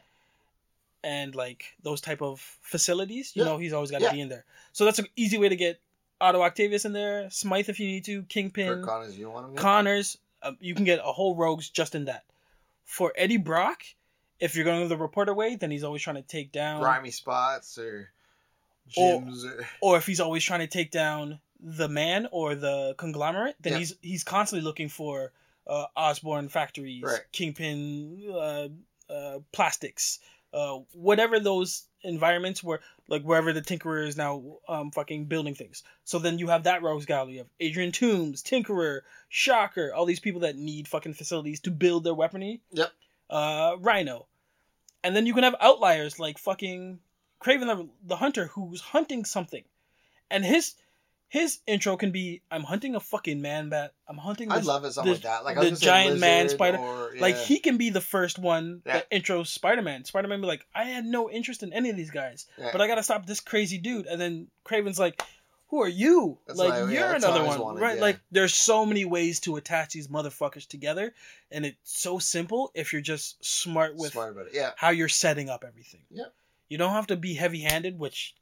Speaker 2: And like those type of facilities, you
Speaker 1: Yeah.
Speaker 2: know, he's always got to
Speaker 1: Yeah.
Speaker 2: be in there. So that's an easy way to get Otto Octavius in there, Smythe if you need to, Kingpin.
Speaker 1: Kirk Connors, you don't want him. yet?
Speaker 2: Connors, uh, you can get a whole Rogues just in that. For Eddie Brock, if you're going the reporter way, then he's always trying to take down,
Speaker 1: Grimy spots or
Speaker 2: Or-
Speaker 1: gyms or
Speaker 2: or if he's always trying to take down the man or the conglomerate, then
Speaker 1: Yeah.
Speaker 2: he's he's constantly looking for uh, Osborne factories,
Speaker 1: Right.
Speaker 2: Kingpin, uh, uh, plastics, uh, whatever those environments were, like wherever the Tinkerer is now um, fucking building things. So then you have that Rogues Gallery of Adrian Toombs, Tinkerer, Shocker, all these people that need fucking facilities to build their weaponry.
Speaker 1: Yep.
Speaker 2: Uh, Rhino. And then you can have outliers like fucking Craven the, the Hunter who's hunting something. And his his intro can be I'm hunting a fucking man bat. I'm hunting
Speaker 1: I'd
Speaker 2: this-
Speaker 1: love it something
Speaker 2: the-
Speaker 1: like that. Like
Speaker 2: the
Speaker 1: I was gonna say
Speaker 2: giant man
Speaker 1: lizard
Speaker 2: spider-
Speaker 1: or-
Speaker 2: like
Speaker 1: yeah.
Speaker 2: he can be the first one
Speaker 1: Yeah.
Speaker 2: that intros Spider-Man. Spider-Man be like, I had no interest in any of these guys,
Speaker 1: Yeah.
Speaker 2: but I gotta stop this crazy dude. And then Craven's like, Who are you?
Speaker 1: That's
Speaker 2: like
Speaker 1: what I- yeah,
Speaker 2: you're
Speaker 1: that's what I
Speaker 2: another
Speaker 1: always
Speaker 2: one,
Speaker 1: wanted,
Speaker 2: right?
Speaker 1: yeah.
Speaker 2: Like there's so many ways to attach these motherfuckers together, and it's so simple if you're just smart with
Speaker 1: smart about it. Yeah,
Speaker 2: how you're setting up everything.
Speaker 1: Yep.
Speaker 2: You don't have to be heavy-handed, which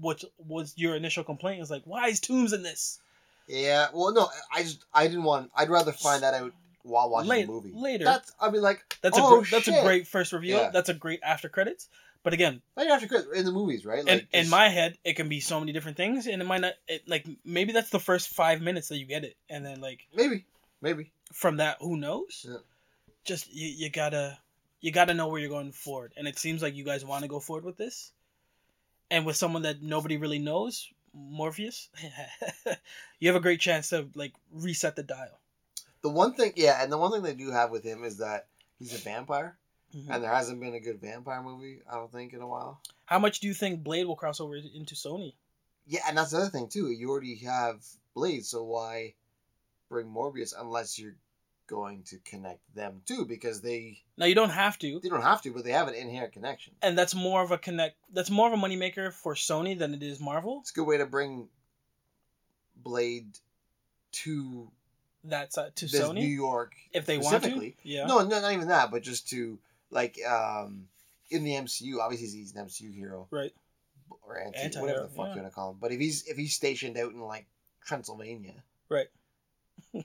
Speaker 2: which was your initial complaint is like, why is Tombs in this?
Speaker 1: yeah. Well, no, I just I didn't want. I'd rather find that out while watching
Speaker 2: Late-
Speaker 1: the movie.
Speaker 2: later.
Speaker 1: That's I mean, like
Speaker 2: That's
Speaker 1: oh,
Speaker 2: a gr- that's a
Speaker 1: shit.
Speaker 2: great first review.
Speaker 1: Yeah.
Speaker 2: That's a great after credits. But again,
Speaker 1: Like after Christmas in the movies, right? Like
Speaker 2: and in
Speaker 1: just-
Speaker 2: my head, it can be so many different things, and it might not. It, like maybe that's the first five minutes that you get it, and then like
Speaker 1: maybe maybe
Speaker 2: from that, who knows?
Speaker 1: Yeah.
Speaker 2: Just you, you gotta you gotta know where you're going forward, and it seems like you guys want to go forward with this, and with someone that nobody really knows, Morpheus. you have a great chance to like reset the dial.
Speaker 1: the one thing. Yeah, and the one thing they do have with him is that he's a vampire,
Speaker 2: Mhm.
Speaker 1: and there hasn't been a good vampire movie I don't think in a while.
Speaker 2: How much do you think Blade will cross over into Sony?
Speaker 1: Yeah, and that's the other thing too. You already have Blade, so why bring Morbius unless you're going to connect them too? Because they
Speaker 2: Now you don't have to.
Speaker 1: they don't have to, but they have an inherent connection.
Speaker 2: And that's more of a connect. That's more of a moneymaker for Sony than it is Marvel.
Speaker 1: It's a good way to bring Blade to
Speaker 2: That's uh, to
Speaker 1: this
Speaker 2: Sony.
Speaker 1: New York.
Speaker 2: if they want to.
Speaker 1: specifically.
Speaker 2: Yeah.
Speaker 1: No, no, not even that, but just to like um in the MCU. Obviously, he's an MCU hero
Speaker 2: Right.
Speaker 1: or anti,
Speaker 2: Anti-hero,
Speaker 1: whatever the fuck
Speaker 2: yeah.
Speaker 1: you want to call him. But if he's if he's stationed out in like Transylvania,
Speaker 2: Right.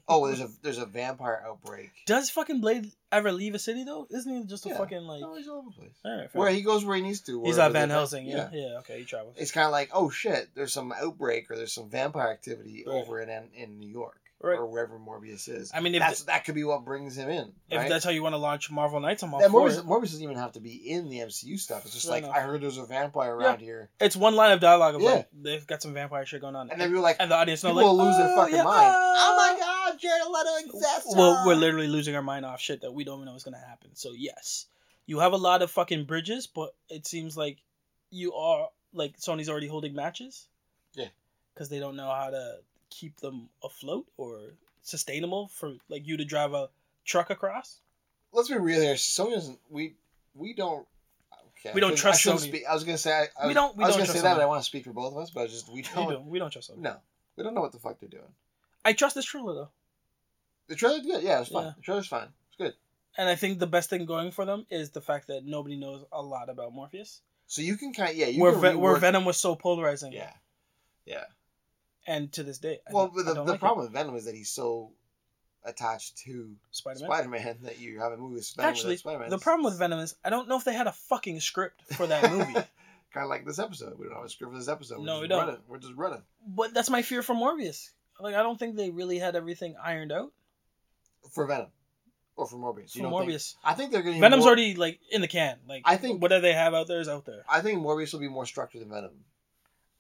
Speaker 1: oh, there's a there's a vampire outbreak.
Speaker 2: Does fucking Blade ever leave a city though? Isn't he just a
Speaker 1: Yeah.
Speaker 2: fucking like?
Speaker 1: No, Oh, he's all over the place.
Speaker 2: All right, fair
Speaker 1: Where
Speaker 2: enough.
Speaker 1: he goes where he needs to.
Speaker 2: he's
Speaker 1: wherever
Speaker 2: at Van
Speaker 1: the-
Speaker 2: Helsing. Yeah, yeah, okay, he travels.
Speaker 1: It's kind of like, oh shit, there's some outbreak or there's some vampire activity
Speaker 2: Right.
Speaker 1: over in in New York
Speaker 2: Right.
Speaker 1: or wherever Morbius is.
Speaker 2: I mean, if
Speaker 1: That's that could be what brings him in,
Speaker 2: if
Speaker 1: right?
Speaker 2: that's how you want to launch Marvel Knights, I'm all
Speaker 1: That
Speaker 2: for
Speaker 1: Morbius,
Speaker 2: it.
Speaker 1: Morbius doesn't even have to be in the MCU stuff. It's just
Speaker 2: Fair
Speaker 1: like
Speaker 2: enough.
Speaker 1: I heard there's a vampire around here,
Speaker 2: It's one line of dialogue. Of
Speaker 1: Yeah.
Speaker 2: like, they've got some vampire shit going on,
Speaker 1: and then we were like,
Speaker 2: and the audience know
Speaker 1: people
Speaker 2: like
Speaker 1: will lose their
Speaker 2: "Oh,
Speaker 1: fucking
Speaker 2: yeah,
Speaker 1: mind.
Speaker 2: uh,
Speaker 1: Oh my god, Jared Leto exists.
Speaker 2: Well, we're literally losing our mind off shit that we don't even know is gonna happen. So yes, you have a lot of fucking bridges, but it seems like you are like Sony's already holding matches.
Speaker 1: Yeah.
Speaker 2: Because they don't know how to keep them afloat or sustainable for like you to drive a truck across.
Speaker 1: Let's be real here. Sony doesn't. We we don't. Okay,
Speaker 2: We don't
Speaker 1: I shouldn't-
Speaker 2: trust
Speaker 1: I shouldn't
Speaker 2: Sony.
Speaker 1: Speak, I was gonna say I, I
Speaker 2: We
Speaker 1: was-
Speaker 2: don't- we
Speaker 1: I was
Speaker 2: don't
Speaker 1: gonna say
Speaker 2: trust
Speaker 1: that,
Speaker 2: Sony.
Speaker 1: but I want to speak for both of us. But I just we
Speaker 2: We
Speaker 1: don't.
Speaker 2: do. We don't trust them.
Speaker 1: No, we don't know what the fuck they're doing.
Speaker 2: I trust this trailer though,
Speaker 1: The trailer's good. Yeah, it's fine.
Speaker 2: Yeah.
Speaker 1: The trailer's fine. It's good.
Speaker 2: and I think the best thing going for them is the fact that nobody knows a lot about Morpheus.
Speaker 1: So you can kind of yeah. You
Speaker 2: Where,
Speaker 1: can
Speaker 2: Ve- where
Speaker 1: rework-
Speaker 2: Venom was so polarizing,
Speaker 1: Yeah.
Speaker 2: and to this day, I
Speaker 1: Well,
Speaker 2: don't- I
Speaker 1: but the, the
Speaker 2: don't like it.
Speaker 1: problem with Venom is that he's so attached to
Speaker 2: Spider-Man.
Speaker 1: Spider Man that you have a movie with Venom.
Speaker 2: Actually,
Speaker 1: Spider Man.
Speaker 2: The problem with Venom is I don't know if they had a fucking script for that movie.
Speaker 1: kind of like this episode. We don't have a script for this episode. We're
Speaker 2: No,
Speaker 1: just
Speaker 2: we don't.
Speaker 1: Running. We're just running.
Speaker 2: but that's my fear for Morbius. Like I don't think they really had everything ironed out
Speaker 1: For Venom. Or for Morbius.
Speaker 2: for
Speaker 1: You don't think-
Speaker 2: Morbius.
Speaker 1: I think they're going to
Speaker 2: Venom's already like in the can. Like
Speaker 1: I think-
Speaker 2: whatever they have out there is out there.
Speaker 1: I think Morbius will be more structured than Venom.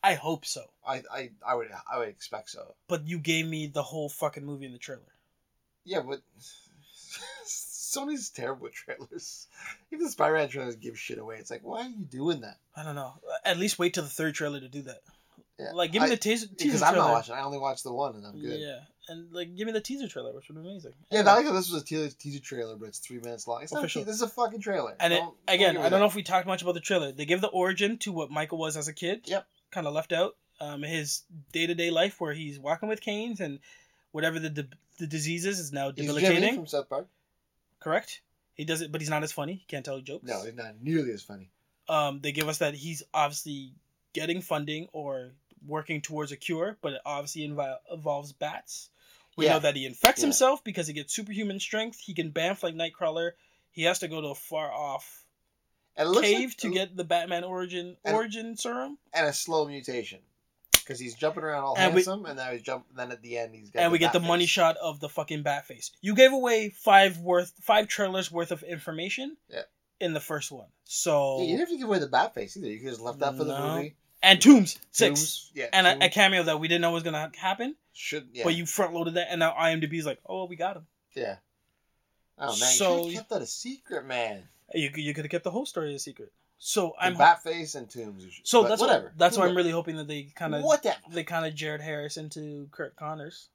Speaker 2: I hope so.
Speaker 1: I, I, I would I would expect so.
Speaker 2: But you gave me the whole fucking movie in the trailer.
Speaker 1: Yeah, but Sony's terrible with trailers. Even the Spider Man trailers give shit away. It's like, why are you doing that?
Speaker 2: I don't know. At least wait till the third trailer to do that.
Speaker 1: Yeah.
Speaker 2: Like give me
Speaker 1: I-
Speaker 2: the teaser, teaser
Speaker 1: Because
Speaker 2: trailer.
Speaker 1: I'm not watching. I only watch the one, and I'm good. Yeah,
Speaker 2: Yeah, and like give me the teaser trailer, which would be amazing.
Speaker 1: but I like how this was a teaser, teaser trailer, but it's three minutes long. It's not. a
Speaker 2: Official.
Speaker 1: te- this is a fucking trailer.
Speaker 2: And it,
Speaker 1: Don't-
Speaker 2: again,
Speaker 1: give
Speaker 2: I
Speaker 1: me
Speaker 2: don't know
Speaker 1: that.
Speaker 2: if we talked much about the trailer. They give the origin to what Michael was as a kid.
Speaker 1: Yep.
Speaker 2: Kind of left out. Um, his day to day life where he's walking with canes and whatever the the, the disease is is now
Speaker 1: He's Jimmy
Speaker 2: debilitating.
Speaker 1: from South Park.
Speaker 2: Correct. He does it, but he's not as funny. He can't tell jokes.
Speaker 1: No, he's not nearly as funny.
Speaker 2: Um, they give us that he's obviously getting funding or working towards a cure, but it obviously invi- involves bats. We
Speaker 1: yeah,
Speaker 2: know that he infects
Speaker 1: Yeah.
Speaker 2: himself because he gets superhuman strength. He can bamf like Nightcrawler. He has to go to a far off
Speaker 1: and it looks
Speaker 2: cave
Speaker 1: like-
Speaker 2: to get the Batman origin
Speaker 1: And-
Speaker 2: origin serum,
Speaker 1: and a slow mutation because he's jumping around all
Speaker 2: And we-
Speaker 1: handsome, and now he's jump. Then at the end, he's got
Speaker 2: and we get the
Speaker 1: bat
Speaker 2: money
Speaker 1: face.
Speaker 2: shot of the fucking Batface. You gave away five worth five trailers worth of information
Speaker 1: Yeah.
Speaker 2: in the first one. So
Speaker 1: Yeah, you didn't have to give away the bat face either. You could just left that for the
Speaker 2: No.
Speaker 1: movie.
Speaker 2: and Tombs six
Speaker 1: Tombs, yeah,
Speaker 2: and
Speaker 1: Tombs
Speaker 2: a, a cameo that we didn't know was gonna happen,
Speaker 1: should yeah,
Speaker 2: but you front loaded that, and now IMDb is like, oh, we got him.
Speaker 1: yeah. Oh man,
Speaker 2: So-
Speaker 1: you should have kept that a secret, man.
Speaker 2: You you could have kept the whole story a secret. So
Speaker 1: The
Speaker 2: I'm
Speaker 1: bat face and tombs. you should-
Speaker 2: so
Speaker 1: but
Speaker 2: that's
Speaker 1: whatever.
Speaker 2: whatever. that's why I'm
Speaker 1: Whatever.
Speaker 2: really hoping that they kind of
Speaker 1: what that
Speaker 2: they kind of Jared Harris into Kurt Connors.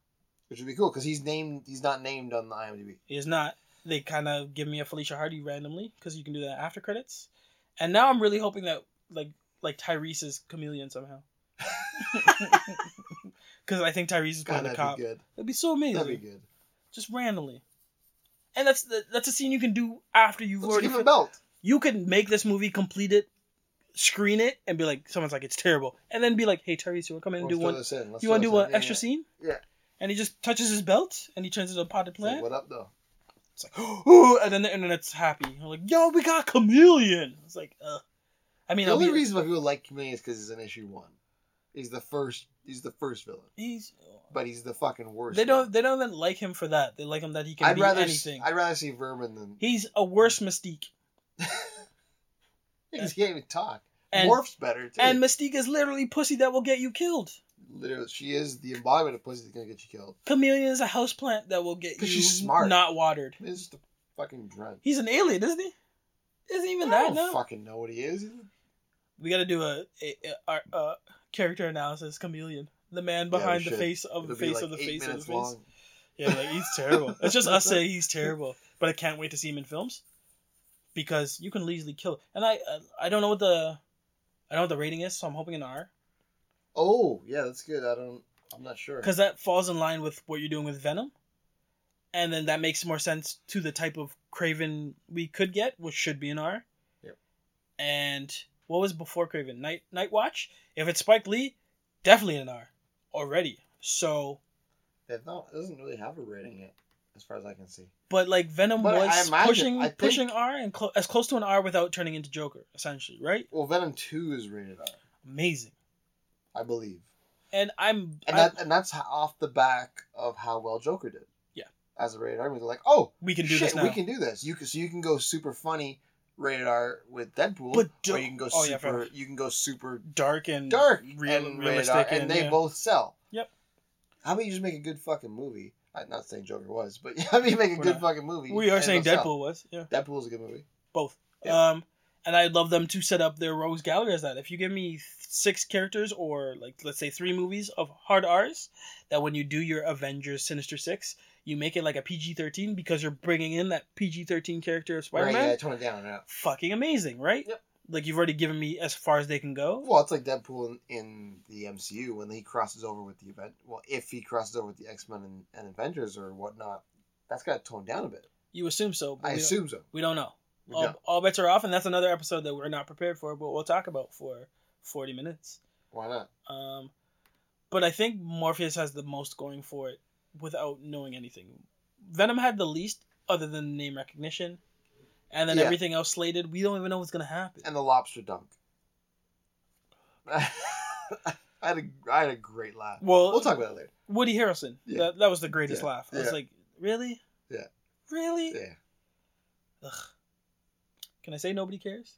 Speaker 1: which would be cool because he's named. He's not named on the IMDb.
Speaker 2: is not. They kind of give me a Felicia Hardy randomly because you can do that after credits, and now I'm really hoping that like like Tyrese is chameleon somehow, because I think Tyrese is
Speaker 1: God,
Speaker 2: playing
Speaker 1: that'd
Speaker 2: a cop.
Speaker 1: be good.
Speaker 2: That'd be so amazing,
Speaker 1: That'd be good.
Speaker 2: just randomly, and that's the, that's a scene you can do after you've
Speaker 1: Let's
Speaker 2: already.
Speaker 1: give him a
Speaker 2: fin-
Speaker 1: belt.
Speaker 2: you can make this movie complete it, screen it, and be like, someone's like, it's terrible, and then be like, hey Tyrese, you want to come in and
Speaker 1: Let's
Speaker 2: do
Speaker 1: throw
Speaker 2: one?
Speaker 1: this in. Let's
Speaker 2: You
Speaker 1: throw
Speaker 2: want to
Speaker 1: this
Speaker 2: do
Speaker 1: in.
Speaker 2: an
Speaker 1: Yeah,
Speaker 2: extra
Speaker 1: yeah.
Speaker 2: scene?
Speaker 1: Yeah.
Speaker 2: And he just touches his belt and he turns into a potted
Speaker 1: It's like,
Speaker 2: plant.
Speaker 1: what up though?
Speaker 2: It's like, ooh, and then the internet's happy. I'm like, yo, we got Chameleon. It's like, ugh. I mean,
Speaker 1: the
Speaker 2: I'll
Speaker 1: only
Speaker 2: be,
Speaker 1: reason why people like Chameleon is because he's an issue one. He's the first. He's the first villain,
Speaker 2: he's
Speaker 1: but he's the fucking worst.
Speaker 2: they
Speaker 1: villain.
Speaker 2: don't they don't even like him for that. They like him that he can
Speaker 1: I'd
Speaker 2: be
Speaker 1: rather.
Speaker 2: anything.
Speaker 1: I'd rather see Vermin than
Speaker 2: He's a worse Mystique,
Speaker 1: because he can't even talk.
Speaker 2: and
Speaker 1: Morph's better too.
Speaker 2: and Mystique is literally pussy that will get you killed.
Speaker 1: literally, she is the embodiment of pussy that's gonna get you killed.
Speaker 2: Chameleon is a houseplant that will get you
Speaker 1: 'Cause she's smart.
Speaker 2: not watered.
Speaker 1: He's just a fucking drunk.
Speaker 2: He's an alien, isn't he? Isn't he
Speaker 1: I
Speaker 2: even that
Speaker 1: don't
Speaker 2: no?
Speaker 1: fucking know what he is. He's-
Speaker 2: We got to do a, a, a, our, uh, character analysis. Chameleon, the man behind the
Speaker 1: should.
Speaker 2: face of the
Speaker 1: It'll be
Speaker 2: face
Speaker 1: like
Speaker 2: of the
Speaker 1: eight
Speaker 2: face of the
Speaker 1: minutes
Speaker 2: face.
Speaker 1: long.
Speaker 2: Yeah, like he's terrible. it's just us saying he's terrible, but I can't wait to see him in films because you can easily kill. And I, I don't know what the, I don't know what the rating is, so I'm hoping an R
Speaker 1: Oh yeah, that's good. I don't. I'm not sure.
Speaker 2: because that falls in line with what you're doing with Venom, and then that makes more sense to the type of Craven we could get, which should be an R.
Speaker 1: Yep.
Speaker 2: And what was before Craven? Night Night Watch. If it's Spike Lee, definitely an R already. So
Speaker 1: It don't- it doesn't really have a rating yet, as far as I can see.
Speaker 2: But like Venom
Speaker 1: But I
Speaker 2: was
Speaker 1: imagine-
Speaker 2: pushing
Speaker 1: I think-
Speaker 2: pushing R and clo- as close to an R without turning into Joker, essentially, right?
Speaker 1: Well, Venom Two is rated R,
Speaker 2: Amazing.
Speaker 1: I believe,
Speaker 2: And I'm
Speaker 1: and
Speaker 2: I-
Speaker 1: that and that's ho- off the back of how well Joker did.
Speaker 2: Yeah.
Speaker 1: As a rated R, movie. they're like, oh,
Speaker 2: we can do
Speaker 1: shit,
Speaker 2: this now.
Speaker 1: we can do this. You can so you can go super funny rated R with Deadpool,
Speaker 2: But
Speaker 1: or
Speaker 2: don't-
Speaker 1: you can go
Speaker 2: oh, yeah,
Speaker 1: super
Speaker 2: fair.
Speaker 1: you can go super
Speaker 2: Dark and
Speaker 1: dark
Speaker 2: real-
Speaker 1: and rated R, and, they
Speaker 2: yeah.
Speaker 1: both sell.
Speaker 2: Yep.
Speaker 1: How about you just make a good fucking movie? I'm not saying Joker was, but how about you make a
Speaker 2: We're
Speaker 1: good
Speaker 2: not.
Speaker 1: fucking movie?
Speaker 2: We are
Speaker 1: and
Speaker 2: saying
Speaker 1: it'll
Speaker 2: Deadpool
Speaker 1: sell?
Speaker 2: was yeah
Speaker 1: Deadpool's a good movie.
Speaker 2: both.
Speaker 1: Yeah.
Speaker 2: Um, and I'd love them to set up their Rose Gallery as that. If you give me six characters or like let's say three movies of hard R's, that when you do your Avengers Sinister Six, you make it like a PG thirteen because you're bringing in that PG thirteen character of Spider Man.
Speaker 1: Right, yeah, tone it down. Yeah.
Speaker 2: Fucking amazing, right?
Speaker 1: Yep.
Speaker 2: Like you've already given me as far as they can go.
Speaker 1: Well, it's like Deadpool in, in the MCU when he crosses over with the event. Well, if he crosses over with the X Men and, and Avengers or whatnot, that's got toned down a bit.
Speaker 2: You assume so. But
Speaker 1: I
Speaker 2: we don't-
Speaker 1: assume so.
Speaker 2: we don't know.
Speaker 1: We
Speaker 2: All,
Speaker 1: don't.
Speaker 2: all bets are off, and that's another episode that we're not prepared for, but we'll talk about for forty minutes.
Speaker 1: Why not?
Speaker 2: Um, but I think Morpheus has the most going for it without knowing anything. Venom had the least, other than name recognition, and then
Speaker 1: Yeah. Uh,
Speaker 2: everything else slated. We don't even know what's gonna happen.
Speaker 1: And the lobster dunk. I had a I had a great laugh.
Speaker 2: well,
Speaker 1: We'll talk about it later.
Speaker 2: Woody Harrelson.
Speaker 1: Yeah.
Speaker 2: That that was the greatest
Speaker 1: Yeah.
Speaker 2: laugh. I was
Speaker 1: Yeah.
Speaker 2: like, really?
Speaker 1: Yeah.
Speaker 2: Really?
Speaker 1: Yeah.
Speaker 2: Ugh. Can I say nobody cares?